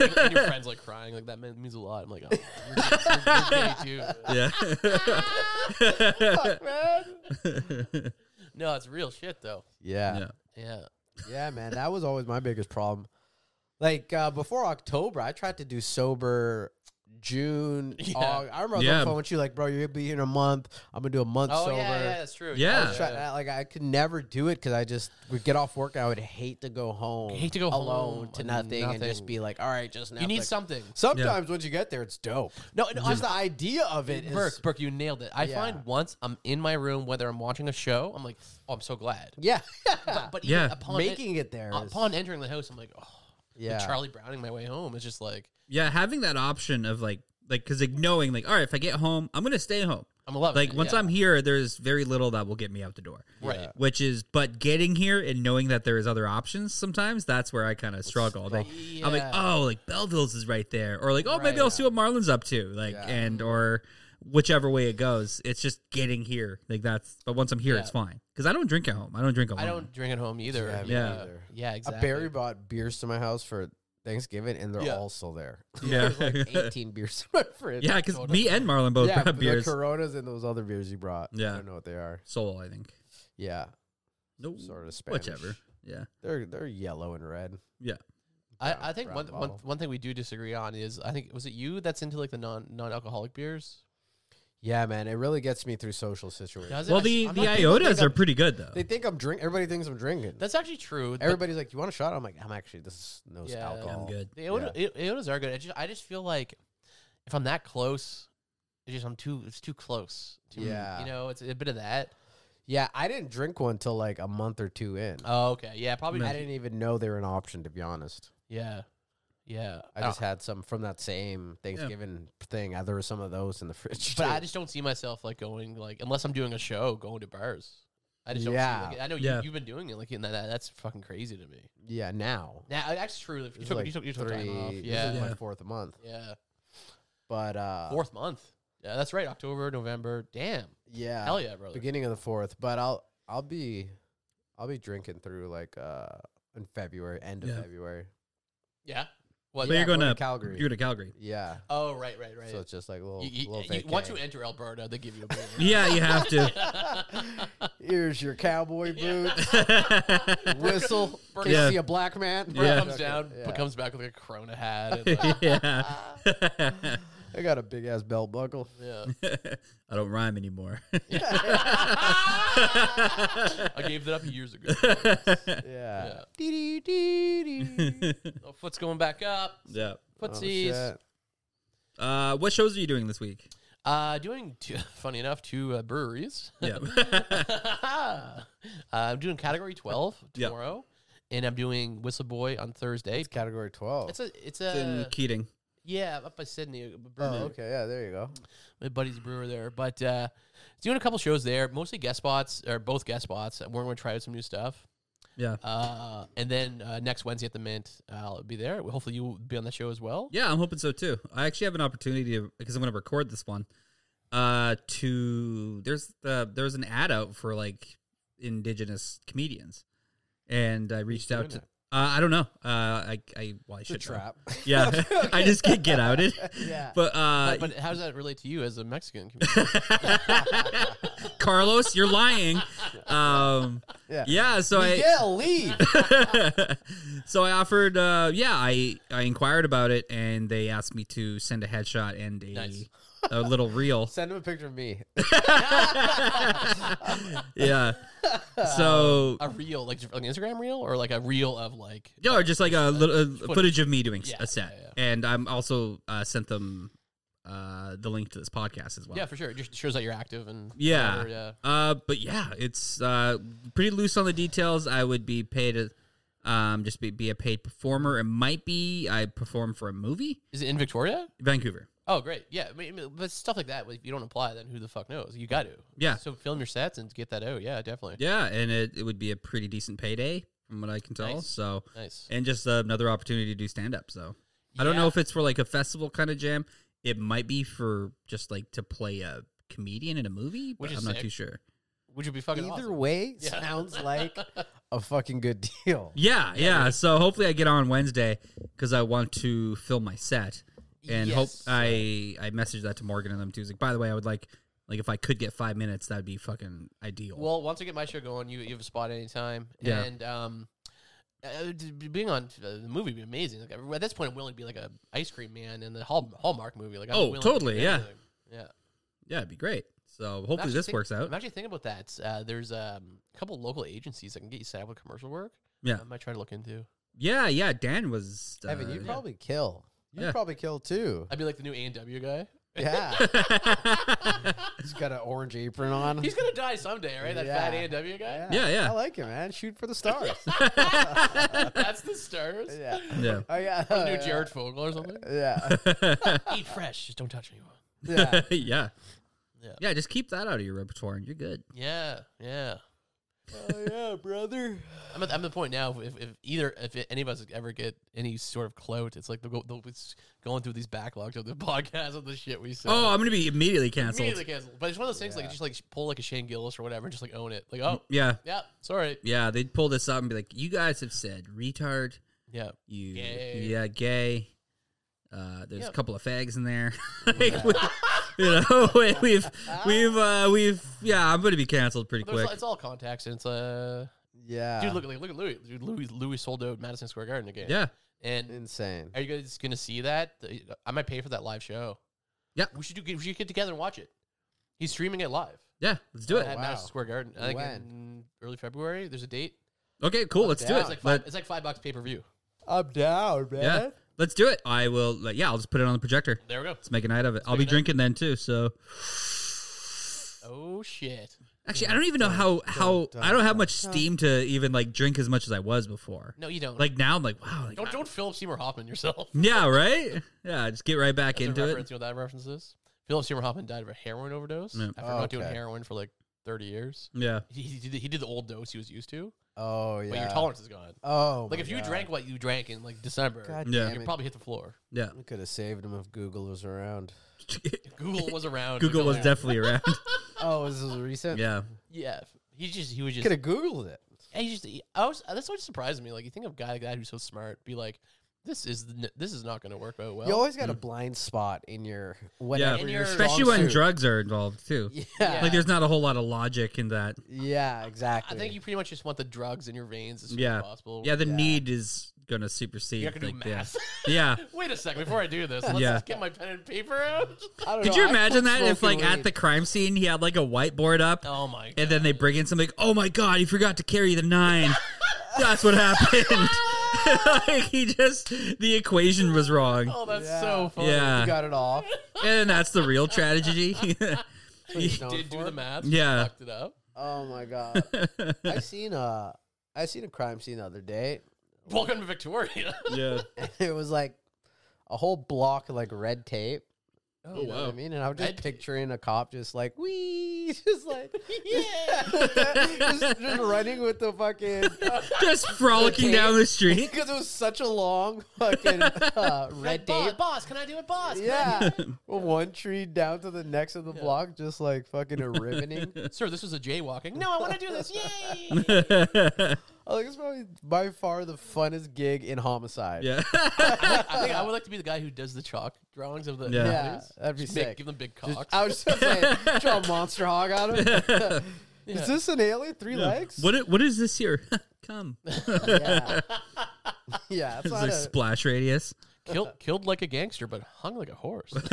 [SPEAKER 2] And- and your friends like crying, like that mean- means a lot. I'm like, oh, you're, you're, you're gay too.
[SPEAKER 3] yeah.
[SPEAKER 2] No, it's real shit though.
[SPEAKER 4] Yeah.
[SPEAKER 3] yeah.
[SPEAKER 2] Yeah.
[SPEAKER 4] Yeah, man. That was always my biggest problem. Like uh, before October, I tried to do sober June.
[SPEAKER 2] Yeah.
[SPEAKER 4] Aug- I remember I was on
[SPEAKER 3] Yeah.
[SPEAKER 4] the phone with you, like, bro, you're gonna be here in a month. I'm gonna do a month
[SPEAKER 2] Oh
[SPEAKER 4] sober.
[SPEAKER 2] yeah, yeah, that's true.
[SPEAKER 3] Yeah.
[SPEAKER 4] I was trying- I- like I could never do it because I just would get off work. and I would hate to go home.
[SPEAKER 2] Hate to go
[SPEAKER 4] alone
[SPEAKER 2] home
[SPEAKER 4] to
[SPEAKER 2] and
[SPEAKER 4] nothing, and
[SPEAKER 2] nothing.
[SPEAKER 4] just be like, all right, just Netflix.
[SPEAKER 2] You need something.
[SPEAKER 4] Sometimes once you get there, it's dope.
[SPEAKER 2] No, no
[SPEAKER 4] Just the idea of it is
[SPEAKER 2] Burke, Burke, you nailed it. I
[SPEAKER 4] Yeah.
[SPEAKER 2] find once I'm in my room, whether I'm watching a show, I'm like, oh, I'm so glad.
[SPEAKER 4] yeah,
[SPEAKER 2] But, but even
[SPEAKER 3] Yeah.
[SPEAKER 2] upon uh,
[SPEAKER 4] making it there. is-
[SPEAKER 2] upon entering the house, I'm like, oh, yeah.
[SPEAKER 4] yeah,
[SPEAKER 2] Charlie Browning my way home is just like
[SPEAKER 3] Yeah, having that option of like, like, because like knowing, like, all right, if I get home, I'm going to stay home.
[SPEAKER 2] I'm loving.
[SPEAKER 3] Like,
[SPEAKER 2] it.
[SPEAKER 3] once
[SPEAKER 2] yeah.
[SPEAKER 3] I'm here, there's very little that will get me out the door.
[SPEAKER 2] right,
[SPEAKER 3] Which is, but getting here and knowing that there is other options sometimes, that's where I kind of struggle. Like, I'm like,
[SPEAKER 2] Yeah.
[SPEAKER 3] oh, like Belleville's is right there, or like, oh, maybe
[SPEAKER 2] Right.
[SPEAKER 3] I'll see what Marlin's up to, like,
[SPEAKER 4] Yeah.
[SPEAKER 3] and or whichever way it goes. It's just getting here, like that's. But once I'm here, it's fine because I don't drink at home. I don't drink alone.
[SPEAKER 2] I don't drink at home either.
[SPEAKER 4] Yeah, me
[SPEAKER 2] yeah,
[SPEAKER 4] neither.
[SPEAKER 2] Yeah,
[SPEAKER 4] A
[SPEAKER 2] exactly.
[SPEAKER 4] Barry brought beers to my house for Thanksgiving, and they're
[SPEAKER 2] Yeah.
[SPEAKER 4] all still there.
[SPEAKER 3] Yeah.
[SPEAKER 4] There's like 18 beers in my fridge.
[SPEAKER 3] Yeah, because me and Marlon both
[SPEAKER 4] yeah,
[SPEAKER 3] brought
[SPEAKER 4] but
[SPEAKER 3] beers.
[SPEAKER 4] the Coronas and those other beers you brought.
[SPEAKER 3] Yeah.
[SPEAKER 4] I don't know what they are.
[SPEAKER 3] Sol, I think.
[SPEAKER 4] Yeah,
[SPEAKER 3] No,
[SPEAKER 4] sort of Spanish.
[SPEAKER 3] whichever. Yeah,
[SPEAKER 4] They're they're yellow and red.
[SPEAKER 3] yeah.
[SPEAKER 2] I,
[SPEAKER 4] Brown-
[SPEAKER 2] I think
[SPEAKER 4] brown
[SPEAKER 2] one, one
[SPEAKER 4] bottle.
[SPEAKER 2] one thing we do disagree on is I think was it you that's into like the non non alcoholic beers.
[SPEAKER 4] Yeah, man, it really gets me through social situations.
[SPEAKER 2] Does it?
[SPEAKER 3] Well,
[SPEAKER 2] I-
[SPEAKER 3] the
[SPEAKER 2] I'm
[SPEAKER 3] the
[SPEAKER 2] not thinking about
[SPEAKER 3] iotas
[SPEAKER 2] that.
[SPEAKER 3] are pretty good though.
[SPEAKER 4] They think I'm drink. Everybody thinks I'm drinking.
[SPEAKER 2] That's actually true. but
[SPEAKER 4] Everybody's like, "You want a shot?" I'm like, "I'm actually this is no
[SPEAKER 2] Yeah, I'm
[SPEAKER 4] alcohol."
[SPEAKER 3] I'm good.
[SPEAKER 2] The Iota, I- Iotas are good. I just I just feel like if I'm that close, it's just I'm too it's too close. To
[SPEAKER 4] Yeah.
[SPEAKER 2] you know, it's a bit of that.
[SPEAKER 4] Yeah, I didn't drink one till like a month or two in.
[SPEAKER 2] Oh, okay, yeah, probably.
[SPEAKER 4] I didn't even know they were an option, to be honest.
[SPEAKER 2] Yeah, yeah. Oh.
[SPEAKER 4] I just had some from that same Thanksgiving thing. Uh, There were some of those in the fridge.
[SPEAKER 2] but I
[SPEAKER 4] too.
[SPEAKER 2] just don't see myself like going like unless I'm doing a show, going to bars. I just don't. See,
[SPEAKER 4] Yeah.
[SPEAKER 2] like, I know
[SPEAKER 3] Yeah.
[SPEAKER 2] you, you've been doing it like and that, that's fucking crazy to me.
[SPEAKER 4] yeah, now
[SPEAKER 2] Now that's true. If you
[SPEAKER 4] This is
[SPEAKER 2] took,
[SPEAKER 4] like
[SPEAKER 2] you took you took time off.
[SPEAKER 4] three-
[SPEAKER 2] Yeah,
[SPEAKER 4] this is my
[SPEAKER 3] Yeah.
[SPEAKER 4] fourth month.
[SPEAKER 2] yeah.
[SPEAKER 4] But uh,
[SPEAKER 2] Fourth month. Yeah, that's right. October, November. Damn.
[SPEAKER 4] yeah,
[SPEAKER 2] Hell yeah, brother.
[SPEAKER 4] beginning of the fourth. But I'll I'll be I'll be drinking through like uh in February, end of
[SPEAKER 3] Yeah.
[SPEAKER 4] February.
[SPEAKER 2] yeah. What?
[SPEAKER 3] So
[SPEAKER 4] Yeah,
[SPEAKER 3] you're going
[SPEAKER 4] we're
[SPEAKER 3] to
[SPEAKER 4] to Calgary.
[SPEAKER 3] You're to Calgary.
[SPEAKER 4] Yeah,
[SPEAKER 2] Oh, right, right, right.
[SPEAKER 4] so it's just like a little
[SPEAKER 2] You- you-
[SPEAKER 4] little
[SPEAKER 2] you- once you
[SPEAKER 4] vacay.
[SPEAKER 2] enter Alberta, they give you a beer.
[SPEAKER 3] Yeah, you have to.
[SPEAKER 4] Here's your cowboy
[SPEAKER 2] Yeah.
[SPEAKER 4] boots. Whistle,
[SPEAKER 2] Whistle,
[SPEAKER 4] kiss
[SPEAKER 2] yeah.
[SPEAKER 4] you a black man.
[SPEAKER 2] Bert
[SPEAKER 3] Yeah.
[SPEAKER 2] comes down,
[SPEAKER 4] Yeah.
[SPEAKER 2] but comes back with like a Corona hat. And like,
[SPEAKER 3] yeah.
[SPEAKER 4] I got a big ass belt buckle.
[SPEAKER 2] yeah.
[SPEAKER 3] I don't rhyme anymore.
[SPEAKER 2] I gave that up years ago.
[SPEAKER 4] Yeah.
[SPEAKER 2] Yeah.
[SPEAKER 4] Dee dee dee dee.
[SPEAKER 2] Oh, foot's going back up.
[SPEAKER 3] yeah.
[SPEAKER 2] Footsies.
[SPEAKER 4] Oh, shit.
[SPEAKER 3] Uh, what shows are you doing this week?
[SPEAKER 2] Uh, doing two, funny enough, two uh, breweries.
[SPEAKER 3] Yeah.
[SPEAKER 2] uh, I'm doing category 12
[SPEAKER 3] Yeah.
[SPEAKER 2] tomorrow, and I'm doing Whistle Boy on Thursday.
[SPEAKER 4] It's category twelve.
[SPEAKER 2] It's a, it's
[SPEAKER 3] It's in
[SPEAKER 2] a,
[SPEAKER 3] Keating.
[SPEAKER 2] yeah, up by Sydney. a
[SPEAKER 4] oh,
[SPEAKER 2] brewery.
[SPEAKER 4] okay. Yeah, there you go.
[SPEAKER 2] My buddy's a brewer there, but uh, doing a couple shows there, mostly guest spots or both guest spots. We're going to try out some new stuff.
[SPEAKER 3] Yeah.
[SPEAKER 2] Uh, and then uh, next Wednesday at the Mint, I'll be there. Hopefully, you'll be on that show as well.
[SPEAKER 3] Yeah, I'm hoping so too. I actually have an opportunity to, because I'm going to record this one. Uh, to there's the there's an ad out for like indigenous comedians, and I reached out to. Uh, I don't know. Uh, I I well, I
[SPEAKER 4] It's a
[SPEAKER 3] should know.
[SPEAKER 4] trap.
[SPEAKER 3] Yeah, I just can't get outed.
[SPEAKER 4] Yeah.
[SPEAKER 3] But uh,
[SPEAKER 2] But, but how does that relate to you as a Mexican comedian?
[SPEAKER 3] Carlos, you're lying. Um,
[SPEAKER 4] Yeah.
[SPEAKER 3] yeah. So I
[SPEAKER 4] yeah, leave.
[SPEAKER 3] so I offered. Uh, yeah, I I inquired about it, and they asked me to send a headshot and a
[SPEAKER 2] Nice.
[SPEAKER 3] a little reel.
[SPEAKER 4] Send him a picture of me.
[SPEAKER 3] Yeah. So
[SPEAKER 2] a reel, like, like an Instagram reel, or like a reel of like
[SPEAKER 3] no, or just like a little footage. of me doing s-
[SPEAKER 2] Yeah,
[SPEAKER 3] a set,
[SPEAKER 2] yeah, yeah.
[SPEAKER 3] and I'm also uh, sent them uh, the link to this podcast as well.
[SPEAKER 2] yeah, for sure. It just shows that you're active and
[SPEAKER 3] Yeah.
[SPEAKER 2] whatever, yeah.
[SPEAKER 3] Uh, but yeah, it's uh pretty loose on the details. I would be paid a, um just be, be a paid performer. It might be I perform for a movie,
[SPEAKER 2] Is it in Victoria?
[SPEAKER 3] Vancouver.
[SPEAKER 2] Oh, great. Yeah, I mean, I mean, but stuff like that. If you don't apply, then who the fuck knows? You got to.
[SPEAKER 3] Yeah.
[SPEAKER 2] So film your sets and get that out. Yeah, definitely.
[SPEAKER 3] Yeah, and it, it would be a pretty decent payday from what I can tell.
[SPEAKER 2] Nice.
[SPEAKER 3] So
[SPEAKER 2] Nice.
[SPEAKER 3] and just another opportunity to do stand up. So I don't
[SPEAKER 2] Yeah.
[SPEAKER 3] know if it's for like a festival kind of jam. It might be for just like to play a comedian in a movie, but
[SPEAKER 2] Which is
[SPEAKER 3] I'm not
[SPEAKER 2] sick.
[SPEAKER 3] too sure.
[SPEAKER 2] Which would be fucking
[SPEAKER 4] Either
[SPEAKER 2] awesome.
[SPEAKER 4] way,
[SPEAKER 2] Yeah.
[SPEAKER 4] sounds like a fucking good deal.
[SPEAKER 3] Yeah, yeah. So hopefully I get on Wednesday because I want to film my set, and hope
[SPEAKER 2] Yes.
[SPEAKER 3] I I messaged that to Morgan and them too. It's like, by the way, I would like like if I could get five minutes, that'd be fucking ideal.
[SPEAKER 2] Well, once I get my show going, you you have a spot anytime.
[SPEAKER 3] Yeah.
[SPEAKER 2] And um, uh, d- b- being on uh, the movie would be amazing. Like at this point, I'm willing to be like a ice cream man in the Hall- Hallmark movie. Like, I'm
[SPEAKER 3] Oh,
[SPEAKER 2] willing
[SPEAKER 3] totally,
[SPEAKER 2] do
[SPEAKER 3] yeah.
[SPEAKER 2] anything. Yeah.
[SPEAKER 3] yeah, it'd be great. So
[SPEAKER 2] I'm
[SPEAKER 3] hopefully
[SPEAKER 2] actually
[SPEAKER 3] this
[SPEAKER 2] think-
[SPEAKER 3] works out.
[SPEAKER 2] I'm actually thinking about that. Uh, there's um, a couple local agencies that can get you set up with commercial work.
[SPEAKER 3] Yeah.
[SPEAKER 2] I might try to look into.
[SPEAKER 3] yeah, yeah. Dan was. Uh,
[SPEAKER 4] Evan, you probably kill. You
[SPEAKER 3] Yeah.
[SPEAKER 4] probably kill too.
[SPEAKER 2] I'd be like the new A and W guy.
[SPEAKER 4] Yeah. He's got an orange apron on.
[SPEAKER 2] He's gonna die someday, right? That fat A
[SPEAKER 4] Yeah.
[SPEAKER 2] and W guy.
[SPEAKER 3] Yeah, yeah.
[SPEAKER 4] I like it, man. Shoot for the stars.
[SPEAKER 2] That's the stars.
[SPEAKER 4] yeah.
[SPEAKER 3] yeah.
[SPEAKER 4] Oh yeah.
[SPEAKER 2] Or the
[SPEAKER 4] yeah.
[SPEAKER 2] new Jared Fogle or something.
[SPEAKER 4] Yeah.
[SPEAKER 2] Eat fresh, just don't touch anyone.
[SPEAKER 4] Yeah.
[SPEAKER 3] yeah.
[SPEAKER 2] Yeah.
[SPEAKER 3] Yeah, just keep that out of your repertoire and you're good.
[SPEAKER 2] Yeah, yeah.
[SPEAKER 4] oh yeah, brother.
[SPEAKER 2] I'm at, I'm at the point now. If, if either if any of us ever get any sort of clout, it's like they'll go, they'll, it's going through these backlogs of the podcast of the shit we said.
[SPEAKER 3] Oh, I'm gonna be immediately canceled.
[SPEAKER 2] immediately canceled. But it's one of those things like
[SPEAKER 4] Yeah.
[SPEAKER 2] just like pull like a Shane Gillis or whatever, and just like own it. Like oh
[SPEAKER 3] Yeah,
[SPEAKER 2] yeah, sorry.
[SPEAKER 3] yeah. They'd pull this up and be like, "You guys have said retard,
[SPEAKER 2] Yeah.
[SPEAKER 3] You,
[SPEAKER 2] Gay.
[SPEAKER 3] yeah, gay. Uh, there's
[SPEAKER 2] Yep.
[SPEAKER 3] a couple of fags in there. like, we, you know, we- we've we've uh, we've yeah. I'm gonna be canceled pretty
[SPEAKER 2] There's,
[SPEAKER 3] quick.
[SPEAKER 2] it's all contacts, and it's uh,
[SPEAKER 4] Yeah.
[SPEAKER 2] dude, look at look at Louis. Dude, Louis Louis sold out Madison Square Garden again.
[SPEAKER 3] Yeah,
[SPEAKER 4] Mm.
[SPEAKER 2] And
[SPEAKER 4] Insane.
[SPEAKER 2] are you guys gonna see that? I might pay for that live show.
[SPEAKER 3] Yeah.
[SPEAKER 2] We should do. We should get together and watch it. He's streaming it live
[SPEAKER 3] yeah. Let's do it.
[SPEAKER 2] at
[SPEAKER 4] Oh, wow.
[SPEAKER 2] Madison Square Garden. I think
[SPEAKER 4] When?
[SPEAKER 2] in early February. There's a date.
[SPEAKER 3] Okay, cool. Let's do
[SPEAKER 4] down.
[SPEAKER 3] it.
[SPEAKER 2] It's like five,
[SPEAKER 3] Let-
[SPEAKER 2] it's like five bucks pay per view.
[SPEAKER 4] I'm down, man.
[SPEAKER 3] yeah, let's do it. I will. Like, yeah, I'll just put it on the projector.
[SPEAKER 2] There we go.
[SPEAKER 3] Let's make a night of it. I'll be
[SPEAKER 2] make a night.
[SPEAKER 3] drinking then too. So
[SPEAKER 2] Oh shit.
[SPEAKER 3] actually, I don't even know how how I don't have much steam to even like drink as much as I was before.
[SPEAKER 2] No, you don't.
[SPEAKER 3] Like now, I'm like, wow. Like,
[SPEAKER 2] don't don't Philip Seymour Hoffman yourself.
[SPEAKER 3] Yeah, right. Yeah, just get right back
[SPEAKER 2] That's a
[SPEAKER 3] into it.
[SPEAKER 2] reference, You know what that reference is? Philip Seymour Hoffman died of a heroin overdose
[SPEAKER 3] Yeah.
[SPEAKER 2] after
[SPEAKER 4] Oh,
[SPEAKER 2] not doing
[SPEAKER 4] okay.
[SPEAKER 2] heroin for like 30 years.
[SPEAKER 3] Yeah.
[SPEAKER 2] He, he, did, the- he did the old dose he was used to,
[SPEAKER 4] Oh yeah.
[SPEAKER 2] but your tolerance is gone.
[SPEAKER 4] Oh.
[SPEAKER 2] Like
[SPEAKER 4] my
[SPEAKER 2] if you
[SPEAKER 4] God.
[SPEAKER 2] drank what you drank in like December,
[SPEAKER 4] God
[SPEAKER 3] Yeah.
[SPEAKER 4] damn
[SPEAKER 2] you
[SPEAKER 4] it.
[SPEAKER 2] probably hit the floor.
[SPEAKER 3] Yeah.
[SPEAKER 4] We could have saved him if Google was around.
[SPEAKER 2] Google was around.
[SPEAKER 3] Google was
[SPEAKER 2] Yeah.
[SPEAKER 3] definitely around.
[SPEAKER 4] Oh, this is recent.
[SPEAKER 3] Yeah.
[SPEAKER 2] Yeah, he just he was just.
[SPEAKER 4] Could have Googled it.
[SPEAKER 2] He just he- I was that's what surprised me. Like you think of a guy like that who's so smart, be like, this is n- this is not going to work out well.
[SPEAKER 4] you always got a blind spot in your whatever.
[SPEAKER 2] In
[SPEAKER 4] your
[SPEAKER 2] your-
[SPEAKER 4] strong
[SPEAKER 3] mm. Especially when
[SPEAKER 4] suit.
[SPEAKER 3] drugs are involved too.
[SPEAKER 4] Yeah.
[SPEAKER 2] Yeah.
[SPEAKER 4] Yeah.
[SPEAKER 3] Like there's not a whole lot of logic in that.
[SPEAKER 4] exactly.
[SPEAKER 2] I think you pretty much just want the drugs in your veins as soon
[SPEAKER 3] Yeah.
[SPEAKER 2] as possible.
[SPEAKER 3] Yeah, the
[SPEAKER 4] Yeah.
[SPEAKER 3] need is gonna supersede.
[SPEAKER 2] you're not going
[SPEAKER 3] like,
[SPEAKER 2] to do
[SPEAKER 3] yeah.
[SPEAKER 2] math.
[SPEAKER 3] Yeah.
[SPEAKER 2] Wait a sec before I do this. Let's
[SPEAKER 3] Yeah.
[SPEAKER 2] just get my pen and paper out.
[SPEAKER 4] I don't
[SPEAKER 3] Could
[SPEAKER 4] know,
[SPEAKER 3] you
[SPEAKER 4] I
[SPEAKER 3] imagine
[SPEAKER 4] quit
[SPEAKER 3] that if like
[SPEAKER 4] smoking
[SPEAKER 3] at
[SPEAKER 4] weed.
[SPEAKER 3] the crime scene he had like a whiteboard up
[SPEAKER 2] Oh my!
[SPEAKER 3] and then they bring in something, oh my god, you forgot to carry the nine. That's what happened. like he just the equation was wrong.
[SPEAKER 2] Oh, that's
[SPEAKER 4] Yeah.
[SPEAKER 2] so funny.
[SPEAKER 4] You
[SPEAKER 3] Yeah.
[SPEAKER 4] got it all.
[SPEAKER 3] And that's the real tragedy.
[SPEAKER 2] he
[SPEAKER 4] He's known
[SPEAKER 2] did do
[SPEAKER 4] for
[SPEAKER 2] the
[SPEAKER 4] it.
[SPEAKER 2] math.
[SPEAKER 3] Yeah.
[SPEAKER 2] fucked it up.
[SPEAKER 4] Oh my god. I seen a I seen a crime scene the other day.
[SPEAKER 2] Welcome to Victoria.
[SPEAKER 3] yeah.
[SPEAKER 4] It was like a whole block of like red tape.
[SPEAKER 2] Oh
[SPEAKER 4] you know what I mean? And I'm just
[SPEAKER 2] Red tape.
[SPEAKER 4] picturing a cop just like wee, just like just, just running with the fucking
[SPEAKER 3] just frolicking down the street.
[SPEAKER 4] because it was such a long fucking uh, red tape.
[SPEAKER 2] boss, can I do it, boss?
[SPEAKER 4] Yeah, one tree down to the next of the block, just like fucking a ribboning.
[SPEAKER 2] Sir, this was a jaywalking. No, I want to do this. Yay!
[SPEAKER 4] I think it's probably by far the funnest gig in homicide.
[SPEAKER 3] yeah.
[SPEAKER 2] I think I would like to be the guy who does the chalk drawings of the.
[SPEAKER 3] Yeah.
[SPEAKER 4] Yeah,
[SPEAKER 2] avenues.
[SPEAKER 4] that'd be
[SPEAKER 2] Just
[SPEAKER 4] sick.
[SPEAKER 2] make- give them big
[SPEAKER 4] Just-
[SPEAKER 2] cocks.
[SPEAKER 4] I was just saying, draw a monster hog on him.
[SPEAKER 2] Yeah.
[SPEAKER 4] Is this an alien? Three legs?
[SPEAKER 3] What i- what is this here? Come.
[SPEAKER 4] Yeah, yeah. It's
[SPEAKER 3] It's
[SPEAKER 4] not
[SPEAKER 3] like
[SPEAKER 4] a,
[SPEAKER 3] splash radius.
[SPEAKER 2] killed, killed like a gangster, but hung like a horse.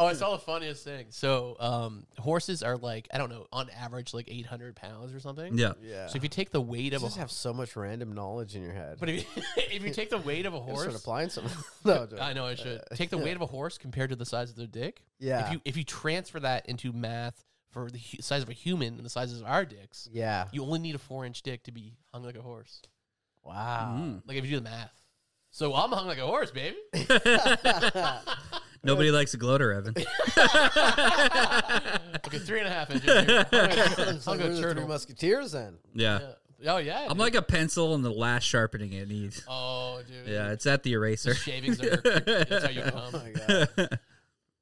[SPEAKER 2] oh, I saw the funniest thing. So, um, horses are like I don't know, on average, like eight hundred pounds or something.
[SPEAKER 3] Yeah.
[SPEAKER 4] yeah.
[SPEAKER 2] So if you take the weight of
[SPEAKER 4] you
[SPEAKER 2] a
[SPEAKER 4] just have so much random knowledge in your head.
[SPEAKER 2] But if you, if you take the weight of a
[SPEAKER 4] You start
[SPEAKER 2] horse,
[SPEAKER 4] applying some. no, joke.
[SPEAKER 2] I know I should take the weight of a horse compared to the size of their dick.
[SPEAKER 4] Yeah.
[SPEAKER 2] If you if you transfer that into math for the hu- size of a human and the sizes of our dicks,
[SPEAKER 4] Yeah.
[SPEAKER 2] you only need a four inch dick to be hung like a horse.
[SPEAKER 4] Wow.
[SPEAKER 2] Like if you do the math. So I'm hung like a horse, baby.
[SPEAKER 3] Nobody likes a gloater, Evan.
[SPEAKER 2] okay, three and a half inches. Here.
[SPEAKER 4] It's like
[SPEAKER 2] Hung
[SPEAKER 4] we're
[SPEAKER 2] a
[SPEAKER 4] the three
[SPEAKER 2] turtle.
[SPEAKER 4] musketeers then.
[SPEAKER 3] Yeah.
[SPEAKER 2] Yeah. Oh yeah.
[SPEAKER 3] I'm
[SPEAKER 2] dude.
[SPEAKER 3] like a pencil and the last sharpening it needs.
[SPEAKER 2] oh dude.
[SPEAKER 3] Yeah, it's at the eraser.
[SPEAKER 2] Shavings are. that's how you
[SPEAKER 4] Oh
[SPEAKER 2] come.
[SPEAKER 4] my god.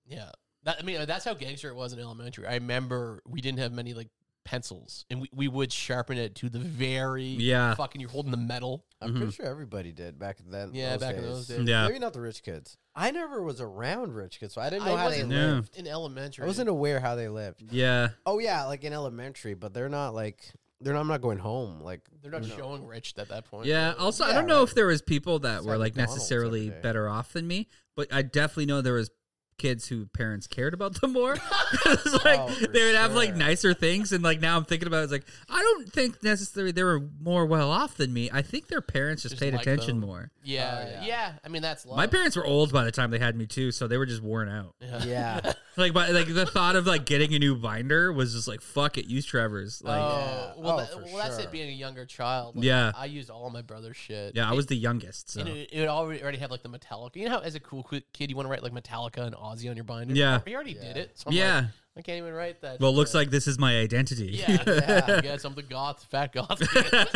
[SPEAKER 2] Yeah. That, I mean, that's how gangster it was in elementary. I remember we didn't have many like pencils, and we, we would sharpen it to the very
[SPEAKER 3] Yeah.
[SPEAKER 2] fucking you're holding the metal.
[SPEAKER 4] I'm pretty sure everybody did back then.
[SPEAKER 2] Yeah, back in those days.
[SPEAKER 3] Yeah.
[SPEAKER 4] Maybe not the rich kids. I never was around rich kids, so I didn't
[SPEAKER 2] I
[SPEAKER 4] know how they
[SPEAKER 2] wasn't-
[SPEAKER 3] Yeah.
[SPEAKER 4] lived.
[SPEAKER 2] In elementary,
[SPEAKER 4] I wasn't aware how they lived.
[SPEAKER 3] Yeah.
[SPEAKER 4] Oh yeah, like in elementary, but they're not like they're not, I'm not going home. Like
[SPEAKER 2] they're not
[SPEAKER 4] you know.
[SPEAKER 2] showing rich at that point.
[SPEAKER 3] Yeah. Also, I
[SPEAKER 4] Yeah,
[SPEAKER 3] don't know
[SPEAKER 4] right.
[SPEAKER 3] if there was people that
[SPEAKER 4] It's
[SPEAKER 3] were
[SPEAKER 4] at
[SPEAKER 3] like
[SPEAKER 4] McDonald's
[SPEAKER 3] necessarily
[SPEAKER 4] every day.
[SPEAKER 3] better off than me, but I definitely know there was kids who parents cared about them more. It's like
[SPEAKER 4] Oh, for
[SPEAKER 3] they would have like
[SPEAKER 4] sure.
[SPEAKER 3] nicer things, and like now I'm thinking about it, it's like I don't think necessarily they were more well off than me. I think their parents just,
[SPEAKER 2] Just
[SPEAKER 3] paid
[SPEAKER 2] liked
[SPEAKER 3] attention
[SPEAKER 2] them.
[SPEAKER 3] more.
[SPEAKER 2] yeah,
[SPEAKER 4] Oh,
[SPEAKER 2] yeah,
[SPEAKER 4] yeah.
[SPEAKER 2] I mean, that's love.
[SPEAKER 3] My parents were old by the time they had me too, so they were just worn out.
[SPEAKER 4] yeah,
[SPEAKER 3] Like, but like the thought of like getting a new binder was just like fuck it, use Trevor's.
[SPEAKER 2] Oh,
[SPEAKER 3] Like,
[SPEAKER 4] Yeah.
[SPEAKER 2] well,
[SPEAKER 4] Oh,
[SPEAKER 2] that-
[SPEAKER 4] for
[SPEAKER 2] well, that's
[SPEAKER 4] sure.
[SPEAKER 2] it. Being a younger child, Like,
[SPEAKER 3] Yeah.
[SPEAKER 2] I used all my brother's shit.
[SPEAKER 3] yeah, I was the youngest, so
[SPEAKER 2] And it, it already already had like the Metallica. You know how, as a cool qui- kid, you want to write like Metallica and Ozzy on your binder.
[SPEAKER 3] Yeah.
[SPEAKER 2] he already did it. So I'm
[SPEAKER 3] yeah.
[SPEAKER 2] like, I can't even write that.
[SPEAKER 3] well, looks
[SPEAKER 2] shit.
[SPEAKER 3] like this is my identity.
[SPEAKER 2] Yeah, yeah. I guess I'm the goth, fat goth. kid.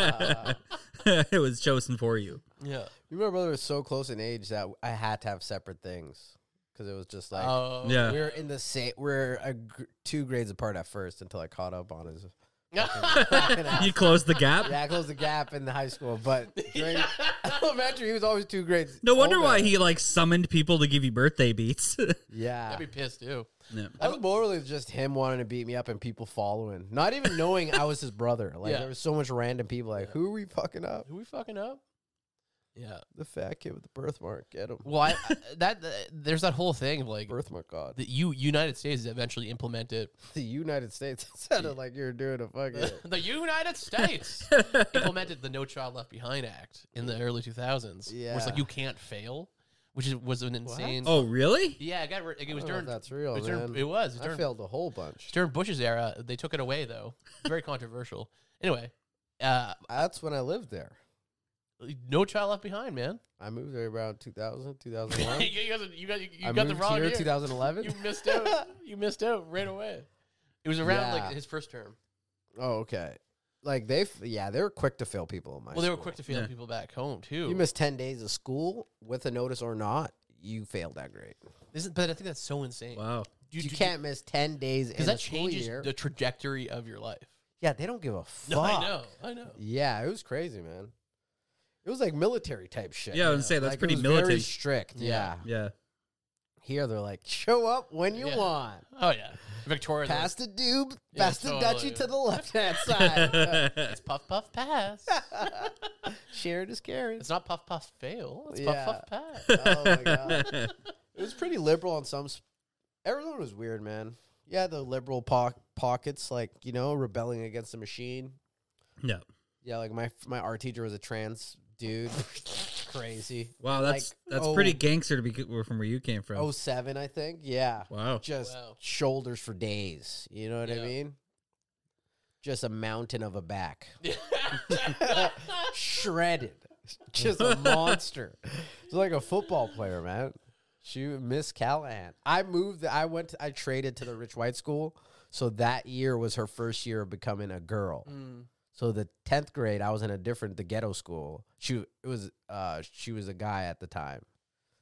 [SPEAKER 3] it was chosen for you.
[SPEAKER 2] yeah.
[SPEAKER 4] you and my brother was so close in age that I had to have separate things because it was just like
[SPEAKER 2] Oh.
[SPEAKER 3] Yeah.
[SPEAKER 4] we were in the same. We are a gr- two grades apart at first until I caught up on his Fucking ass.
[SPEAKER 3] You closed the gap.
[SPEAKER 4] Yeah, I closed the gap in the high school, but during elementary, he was always two grades.
[SPEAKER 3] No wonder
[SPEAKER 4] older.
[SPEAKER 3] why he like summoned people to give you birthday beats.
[SPEAKER 4] Yeah,
[SPEAKER 2] I'd be pissed too.
[SPEAKER 4] I was more really just him wanting to beat me up and people following, not even knowing I was his brother. Like
[SPEAKER 2] Yeah.
[SPEAKER 4] there was so much random people. Like who are we fucking up?
[SPEAKER 2] Who we fucking up? Yeah.
[SPEAKER 4] The fat kid with the birthmark. Get him.
[SPEAKER 2] Well, I, that there's that whole thing of like
[SPEAKER 4] Birthmark God.
[SPEAKER 2] the U United States eventually implemented
[SPEAKER 4] The United States. It sounded like you were doing a fucking.
[SPEAKER 2] the United States implemented the No Child Left Behind Act in the early 2000s. where it's
[SPEAKER 4] Yeah.
[SPEAKER 2] like you can't fail, which is, was an insane.
[SPEAKER 3] oh, really?
[SPEAKER 2] yeah, it, got, ri- it was
[SPEAKER 4] I don't know
[SPEAKER 2] during
[SPEAKER 4] if that's real,
[SPEAKER 2] It was during,
[SPEAKER 4] man.
[SPEAKER 2] it was, it was
[SPEAKER 4] I
[SPEAKER 2] during,
[SPEAKER 4] failed a whole bunch.
[SPEAKER 2] during Bush's era. They took it away though. Very controversial. Anyway, uh,
[SPEAKER 4] That's when I lived there.
[SPEAKER 2] No Child Left Behind, man.
[SPEAKER 4] I moved there around 2000,
[SPEAKER 2] you
[SPEAKER 4] 2001.
[SPEAKER 2] guys, you got, you
[SPEAKER 4] I
[SPEAKER 2] got the
[SPEAKER 4] moved
[SPEAKER 2] wrong
[SPEAKER 4] here
[SPEAKER 2] year.
[SPEAKER 4] 2011.
[SPEAKER 2] You missed out. you missed out right away. It was around
[SPEAKER 4] Yeah.
[SPEAKER 2] like his first term.
[SPEAKER 4] oh, okay. Like they, f- yeah, they were quick to fail people in my.
[SPEAKER 2] Well, they were
[SPEAKER 4] school.
[SPEAKER 2] quick to fail
[SPEAKER 3] Yeah.
[SPEAKER 2] people back home too.
[SPEAKER 4] You missed 10 days of school with a notice or not, you failed that grade.
[SPEAKER 2] This is- but I think that's so insane.
[SPEAKER 3] Wow.
[SPEAKER 4] You, can't miss 10 days in
[SPEAKER 2] because that
[SPEAKER 4] a school
[SPEAKER 2] changes
[SPEAKER 4] year.
[SPEAKER 2] the trajectory of your life.
[SPEAKER 4] yeah, they don't give a fuck.
[SPEAKER 2] No, I know, I know.
[SPEAKER 4] Yeah, it was crazy, man. It was like military type shit.
[SPEAKER 3] Yeah, I was gonna say that's
[SPEAKER 4] Like, it
[SPEAKER 3] pretty
[SPEAKER 4] was
[SPEAKER 3] militant.
[SPEAKER 4] Very strict. Yeah.
[SPEAKER 2] Yeah.
[SPEAKER 3] yeah.
[SPEAKER 4] Here they're like, show up when you
[SPEAKER 2] Yeah.
[SPEAKER 4] want.
[SPEAKER 2] Oh yeah, Victoria. the-
[SPEAKER 4] Pass the dube,
[SPEAKER 2] Yeah,
[SPEAKER 4] pass the
[SPEAKER 2] totally.
[SPEAKER 4] duchy to the left hand side.
[SPEAKER 2] It's puff puff pass.
[SPEAKER 4] Share it is caring.
[SPEAKER 2] it's not puff puff fail. It's
[SPEAKER 4] Yeah.
[SPEAKER 2] puff puff pass.
[SPEAKER 4] Oh my god. It was pretty liberal on some. Sp- Everyone was weird, man. Yeah, the liberal po- pockets, like you know, rebelling against the machine.
[SPEAKER 3] yeah.
[SPEAKER 4] Yeah, like my my art teacher was a trans dude. Crazy.
[SPEAKER 3] Wow, that's
[SPEAKER 4] Like,
[SPEAKER 3] that's
[SPEAKER 4] oh.
[SPEAKER 3] pretty gangster to be co- from where you came from.
[SPEAKER 4] Oh seven, I think. Yeah.
[SPEAKER 3] wow.
[SPEAKER 4] Just
[SPEAKER 2] Wow.
[SPEAKER 4] shoulders for days. You know what I
[SPEAKER 2] Yeah.
[SPEAKER 4] mean? Just a mountain of a back.
[SPEAKER 2] Mm.
[SPEAKER 4] Shredded. Just a monster. It's like a football player, man. She Miss Callahan. I moved I went I traded to the rich white school. So that year was her first year of becoming a girl. So the tenth grade, I was in a different the ghetto school. She it was uh she was a guy at the time.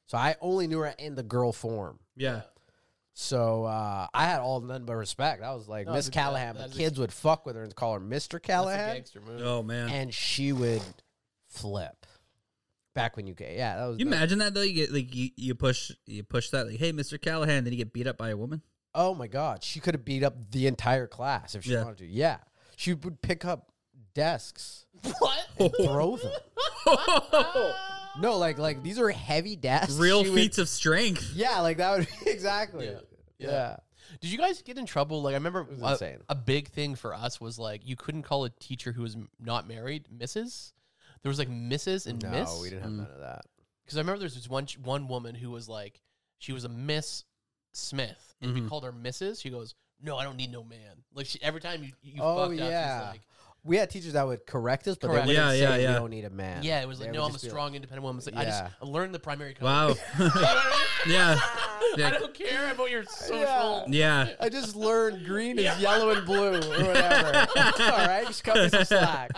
[SPEAKER 4] So I only knew her in the girl form.
[SPEAKER 3] Yeah.
[SPEAKER 4] So uh, I had all nothing but respect. I was like
[SPEAKER 2] No,
[SPEAKER 4] Miss
[SPEAKER 2] that-
[SPEAKER 4] Callahan,
[SPEAKER 2] that
[SPEAKER 4] but
[SPEAKER 2] is-
[SPEAKER 4] kids would fuck with her and call her Mister
[SPEAKER 2] That's a
[SPEAKER 4] Callahan,
[SPEAKER 2] gangster move.
[SPEAKER 3] Oh man.
[SPEAKER 4] and she would flip. Back when you get yeah, that was
[SPEAKER 3] you
[SPEAKER 4] that-
[SPEAKER 3] imagine that though? You get like you, you push you push that like, hey, Mr. Callahan, then you get beat up by a woman.
[SPEAKER 4] Oh my god, she could have beat up the entire class if she
[SPEAKER 3] Yeah.
[SPEAKER 4] wanted to. Yeah, she would pick up desks,
[SPEAKER 2] What?
[SPEAKER 3] Oh.
[SPEAKER 4] and throw them. No, like like these are heavy desks.
[SPEAKER 3] Real
[SPEAKER 4] She would-
[SPEAKER 3] feats of strength.
[SPEAKER 4] yeah, like that would be exactly.
[SPEAKER 2] Yeah.
[SPEAKER 4] Yeah.
[SPEAKER 2] Did you guys get in trouble? Like I remember
[SPEAKER 4] was
[SPEAKER 2] a,
[SPEAKER 4] insane.
[SPEAKER 2] a big thing for us was like you couldn't call a teacher who was m- not married Mrs. There was like Mrs. and
[SPEAKER 4] No,
[SPEAKER 2] Miss.
[SPEAKER 4] we didn't
[SPEAKER 3] Mm.
[SPEAKER 4] have none of that.
[SPEAKER 2] because I remember there's this one ch- one woman who was like, she was a Miss Smith, and
[SPEAKER 3] Mm-hmm.
[SPEAKER 2] if you called her Mrs., she goes, "No, I don't need no man." Like she, every time you you
[SPEAKER 4] Oh,
[SPEAKER 2] fucked
[SPEAKER 4] yeah.
[SPEAKER 2] up, she's
[SPEAKER 4] We had teachers that would correct us, but
[SPEAKER 2] Correct.
[SPEAKER 4] they wouldn't
[SPEAKER 3] Yeah, yeah,
[SPEAKER 4] say
[SPEAKER 3] yeah.
[SPEAKER 4] we don't need a man.
[SPEAKER 2] like, "Yeah." It was like,
[SPEAKER 4] They
[SPEAKER 2] "No, I'm
[SPEAKER 4] would
[SPEAKER 2] a
[SPEAKER 4] just be like-
[SPEAKER 2] strong, independent woman." It's like, I just
[SPEAKER 4] Yeah.
[SPEAKER 2] I learned the primary. Color.
[SPEAKER 3] Wow. yeah.
[SPEAKER 2] I
[SPEAKER 3] Yeah.
[SPEAKER 2] don't care about your social.
[SPEAKER 3] Yeah.
[SPEAKER 4] I just learned green is yellow and blue or whatever. All right, just cut me some slack.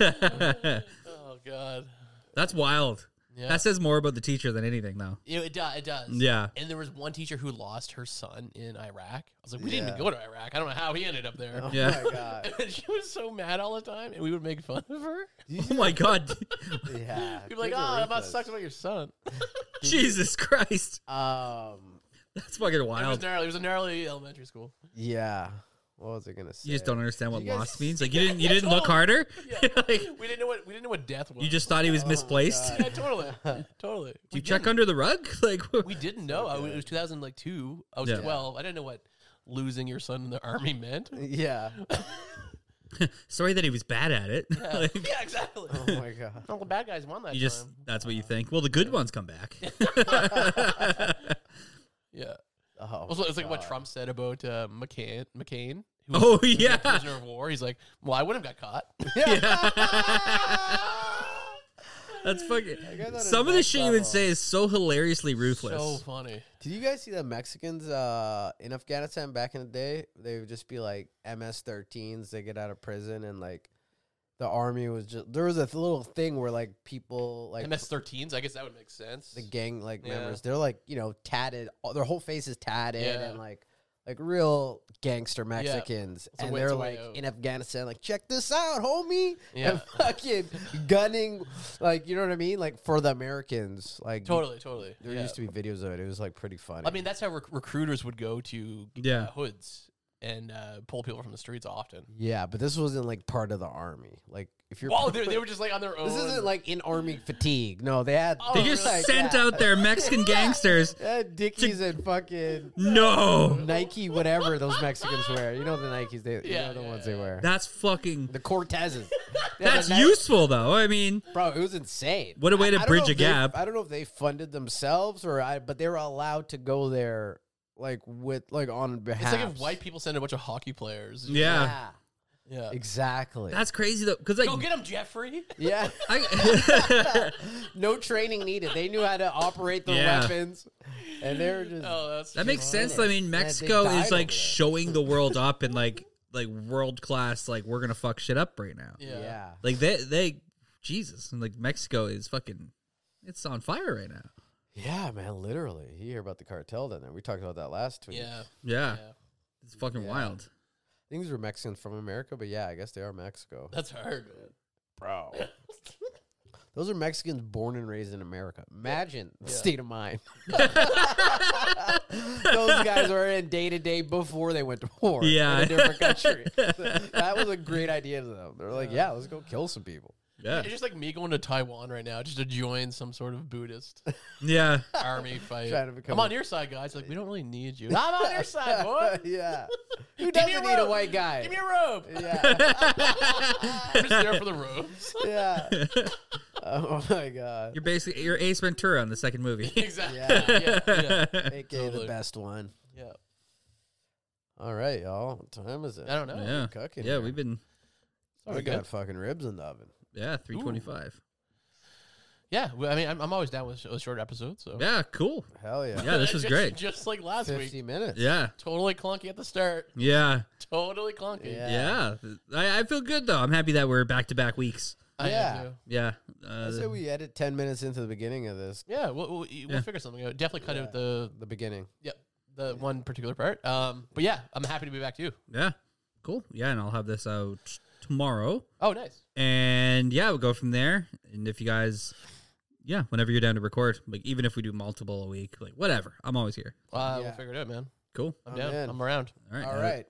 [SPEAKER 2] Oh God.
[SPEAKER 3] That's wild.
[SPEAKER 2] Yeah.
[SPEAKER 3] That says more about the teacher than anything, though.
[SPEAKER 2] It, it, do- it does.
[SPEAKER 3] Yeah.
[SPEAKER 2] And there was one teacher who lost her son in Iraq. I was like, we didn't even go to Iraq. I don't know how he ended up there.
[SPEAKER 3] Yeah.
[SPEAKER 4] Oh my god.
[SPEAKER 2] And she was so mad all the time, and we would make fun of her.
[SPEAKER 3] Oh my God.
[SPEAKER 4] Yeah.
[SPEAKER 2] People were like,
[SPEAKER 4] kids
[SPEAKER 2] oh,
[SPEAKER 4] are
[SPEAKER 2] that about
[SPEAKER 4] ruthless.
[SPEAKER 2] sucks about your son.
[SPEAKER 3] Jesus Christ.
[SPEAKER 4] Um.
[SPEAKER 3] That's fucking
[SPEAKER 2] It was
[SPEAKER 3] wild.
[SPEAKER 2] gnarly. It was a gnarly elementary school.
[SPEAKER 4] Yeah. What was I gonna say?
[SPEAKER 3] You just don't understand what
[SPEAKER 4] You guys-
[SPEAKER 3] lost means. Like you didn't you didn't look harder. Like,
[SPEAKER 2] We didn't know what we didn't know what death was.
[SPEAKER 3] you just thought he was misplaced.
[SPEAKER 2] yeah, totally, totally.
[SPEAKER 3] Do
[SPEAKER 2] We
[SPEAKER 3] you check
[SPEAKER 2] didn't-
[SPEAKER 3] under the rug? Like
[SPEAKER 2] We didn't know. I, it was 2002. I was
[SPEAKER 3] Yeah.
[SPEAKER 2] 12. I didn't know what losing your son in the army meant.
[SPEAKER 4] Yeah. oh
[SPEAKER 3] sorry that he was bad at it. Like,
[SPEAKER 2] yeah, exactly.
[SPEAKER 4] Oh my god.
[SPEAKER 2] All the bad guys won that
[SPEAKER 3] you just
[SPEAKER 2] time.
[SPEAKER 3] that's what you think. Well, the good ones come back.
[SPEAKER 2] Yeah.
[SPEAKER 4] Oh.
[SPEAKER 2] Also, it's like what Trump said about uh, McCain. McCain. Who was
[SPEAKER 3] oh
[SPEAKER 2] a
[SPEAKER 3] yeah.
[SPEAKER 2] prisoner of war. He's like, well, I wouldn't have got caught.
[SPEAKER 3] Ah! That's fucking
[SPEAKER 4] guys on
[SPEAKER 3] Some
[SPEAKER 4] a
[SPEAKER 3] of the
[SPEAKER 4] next
[SPEAKER 3] shit you would
[SPEAKER 4] level.
[SPEAKER 3] say is so hilariously ruthless.
[SPEAKER 2] so funny.
[SPEAKER 4] Did you guys see the Mexicans uh, in Afghanistan back in the day? They would just be like MS-13s. They get out of prison and like the army was just there was a little thing where like people like
[SPEAKER 2] MS-13s. I guess that would make sense.
[SPEAKER 4] the gang like
[SPEAKER 2] Yeah.
[SPEAKER 4] members they're like you know tatted all- their whole face is tatted
[SPEAKER 2] Yeah.
[SPEAKER 4] and like like real gangster Mexicans,
[SPEAKER 2] a
[SPEAKER 4] and
[SPEAKER 2] way-
[SPEAKER 4] they're
[SPEAKER 2] it's a way
[SPEAKER 4] like
[SPEAKER 2] out.
[SPEAKER 4] in Afghanistan, like check this out, homie,
[SPEAKER 2] Yeah.
[SPEAKER 4] and fucking gunning, like you know what I mean, like for the Americans, like
[SPEAKER 2] Totally, totally.
[SPEAKER 4] There
[SPEAKER 2] yeah.
[SPEAKER 4] used to be videos of it. It was like pretty funny.
[SPEAKER 2] I mean, that's how rec- recruiters would go to
[SPEAKER 3] Yeah.
[SPEAKER 2] uh, hoods and uh, pull people from the streets often.
[SPEAKER 4] yeah, but this wasn't like part of the army. Like if you're,
[SPEAKER 2] Whoa, they, they were just like on their own.
[SPEAKER 4] this isn't like in army fatigue. No, they had
[SPEAKER 2] Oh,
[SPEAKER 3] They just
[SPEAKER 2] really?
[SPEAKER 3] sent out their Mexican gangsters.
[SPEAKER 4] uh, Dickies and fucking
[SPEAKER 3] No,
[SPEAKER 4] Nike, whatever those Mexicans wear. You know the Nikes they, you
[SPEAKER 2] Yeah,
[SPEAKER 4] know the
[SPEAKER 2] yeah,
[SPEAKER 4] ones they wear.
[SPEAKER 3] that's fucking.
[SPEAKER 4] the Cortezes. Yeah,
[SPEAKER 3] That's
[SPEAKER 4] the Ni-
[SPEAKER 3] useful though. I mean,
[SPEAKER 4] bro. It was insane.
[SPEAKER 3] What a way to
[SPEAKER 4] don't
[SPEAKER 3] bridge
[SPEAKER 4] know
[SPEAKER 3] a
[SPEAKER 4] if they-
[SPEAKER 3] gap.
[SPEAKER 4] I don't know if they funded themselves or I, but they were allowed to go there like with like on
[SPEAKER 2] It's
[SPEAKER 4] behalf.
[SPEAKER 2] like if white people send a bunch of hockey players.
[SPEAKER 3] yeah,
[SPEAKER 4] yeah,
[SPEAKER 2] Yeah.
[SPEAKER 4] exactly.
[SPEAKER 3] that's crazy though. Because like,
[SPEAKER 2] Go get him, Jeffrey.
[SPEAKER 4] yeah.
[SPEAKER 3] I,
[SPEAKER 4] no training needed. They knew how to operate their
[SPEAKER 3] Yeah.
[SPEAKER 4] weapons, and they were just.
[SPEAKER 2] Oh, that's
[SPEAKER 3] that makes
[SPEAKER 4] Join
[SPEAKER 3] sense.
[SPEAKER 4] it.
[SPEAKER 3] I mean,
[SPEAKER 4] Yeah, they
[SPEAKER 3] Mexico
[SPEAKER 4] died
[SPEAKER 3] is
[SPEAKER 4] over
[SPEAKER 3] like
[SPEAKER 4] there.
[SPEAKER 3] showing the world up and like like world class. Like we're gonna fuck shit up right now.
[SPEAKER 2] Yeah.
[SPEAKER 4] yeah.
[SPEAKER 3] Like they they Jesus and like Mexico is fucking it's on fire right now.
[SPEAKER 4] yeah, man, literally. You hear about the cartel down there. We talked about that last week.
[SPEAKER 2] Yeah.
[SPEAKER 3] Yeah,
[SPEAKER 2] yeah.
[SPEAKER 3] it's fucking
[SPEAKER 4] Yeah.
[SPEAKER 3] wild.
[SPEAKER 4] I think these were Mexicans from America, but yeah, I guess they are Mexico,
[SPEAKER 2] That's hard. man.
[SPEAKER 4] bro. Those are Mexicans born and raised in America. Imagine the state of mind. Those guys are in day to day before they went to war.
[SPEAKER 3] Yeah.
[SPEAKER 4] in a different country. that was a great idea to them. They're like, yeah, let's go kill some people.
[SPEAKER 3] Yeah,
[SPEAKER 2] It's just like me going to Taiwan right now just to join some sort of Buddhist
[SPEAKER 3] yeah.
[SPEAKER 2] army fight.
[SPEAKER 4] Trying to become
[SPEAKER 2] I'm on
[SPEAKER 4] a-
[SPEAKER 2] your side, guys. Like, we don't really need you. I'm on your side, boy.
[SPEAKER 4] yeah,
[SPEAKER 2] Give
[SPEAKER 4] who
[SPEAKER 2] me
[SPEAKER 4] doesn't need a
[SPEAKER 2] rope.
[SPEAKER 4] white guy?
[SPEAKER 2] Give me a rope.
[SPEAKER 4] Yeah.
[SPEAKER 2] I'm just there for the ropes.
[SPEAKER 4] Yeah. oh my god.
[SPEAKER 3] You're basically you're Ace Ventura on the second movie.
[SPEAKER 2] Exactly.
[SPEAKER 4] Yeah.
[SPEAKER 2] Yeah. yeah, yeah.
[SPEAKER 4] AKA the
[SPEAKER 2] Totally.
[SPEAKER 4] best one.
[SPEAKER 2] Yeah.
[SPEAKER 4] All right, y'all. What time is it?
[SPEAKER 2] I don't know.
[SPEAKER 3] yeah,
[SPEAKER 4] cooking
[SPEAKER 3] yeah.
[SPEAKER 4] here.
[SPEAKER 3] We've been
[SPEAKER 4] We
[SPEAKER 2] Sorry,
[SPEAKER 4] got
[SPEAKER 2] good.
[SPEAKER 4] fucking ribs in the oven.
[SPEAKER 3] yeah three twenty five.
[SPEAKER 2] Yeah. Well, I mean, I'm, I'm always down with sh- a short episode. So
[SPEAKER 3] Yeah, cool.
[SPEAKER 4] Hell yeah.
[SPEAKER 3] Yeah, this was
[SPEAKER 2] Just-
[SPEAKER 3] great.
[SPEAKER 2] Just like last week.
[SPEAKER 4] Fifty minutes.
[SPEAKER 3] Yeah,
[SPEAKER 2] Totally clunky at the start.
[SPEAKER 3] yeah,
[SPEAKER 2] Totally clunky.
[SPEAKER 4] Yeah.
[SPEAKER 3] yeah. I, I feel good though. I'm happy that we're back to back weeks.
[SPEAKER 2] I
[SPEAKER 4] Yeah.
[SPEAKER 2] do.
[SPEAKER 3] Yeah, uh,
[SPEAKER 4] I say we edit ten minutes into the beginning of this.
[SPEAKER 2] Yeah. We'll, we'll, we'll figure something out. Definitely cut out the
[SPEAKER 4] The beginning.
[SPEAKER 2] yeah, the one particular part. Um, but yeah, I'm happy to be back too.
[SPEAKER 3] yeah, cool. Yeah, and I'll have this out tomorrow.
[SPEAKER 2] Oh, nice.
[SPEAKER 3] and yeah, we'll go from there. And if you guys, yeah, whenever you're down to record, like even if we do multiple a week, like whatever, I'm always here.
[SPEAKER 2] Uh, We'll
[SPEAKER 4] Yeah.
[SPEAKER 2] figure it out, man.
[SPEAKER 3] Cool.
[SPEAKER 2] I'm
[SPEAKER 4] I'm
[SPEAKER 2] down.
[SPEAKER 4] in.
[SPEAKER 2] I'm around.
[SPEAKER 3] All right.
[SPEAKER 4] All right.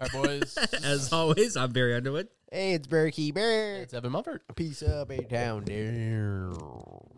[SPEAKER 2] All right, boys.
[SPEAKER 3] As always, I'm Barry Underwood.
[SPEAKER 4] Hey, it's Berkey Bear.
[SPEAKER 2] it's Evan Mumford.
[SPEAKER 4] Peace up, A Town. Down.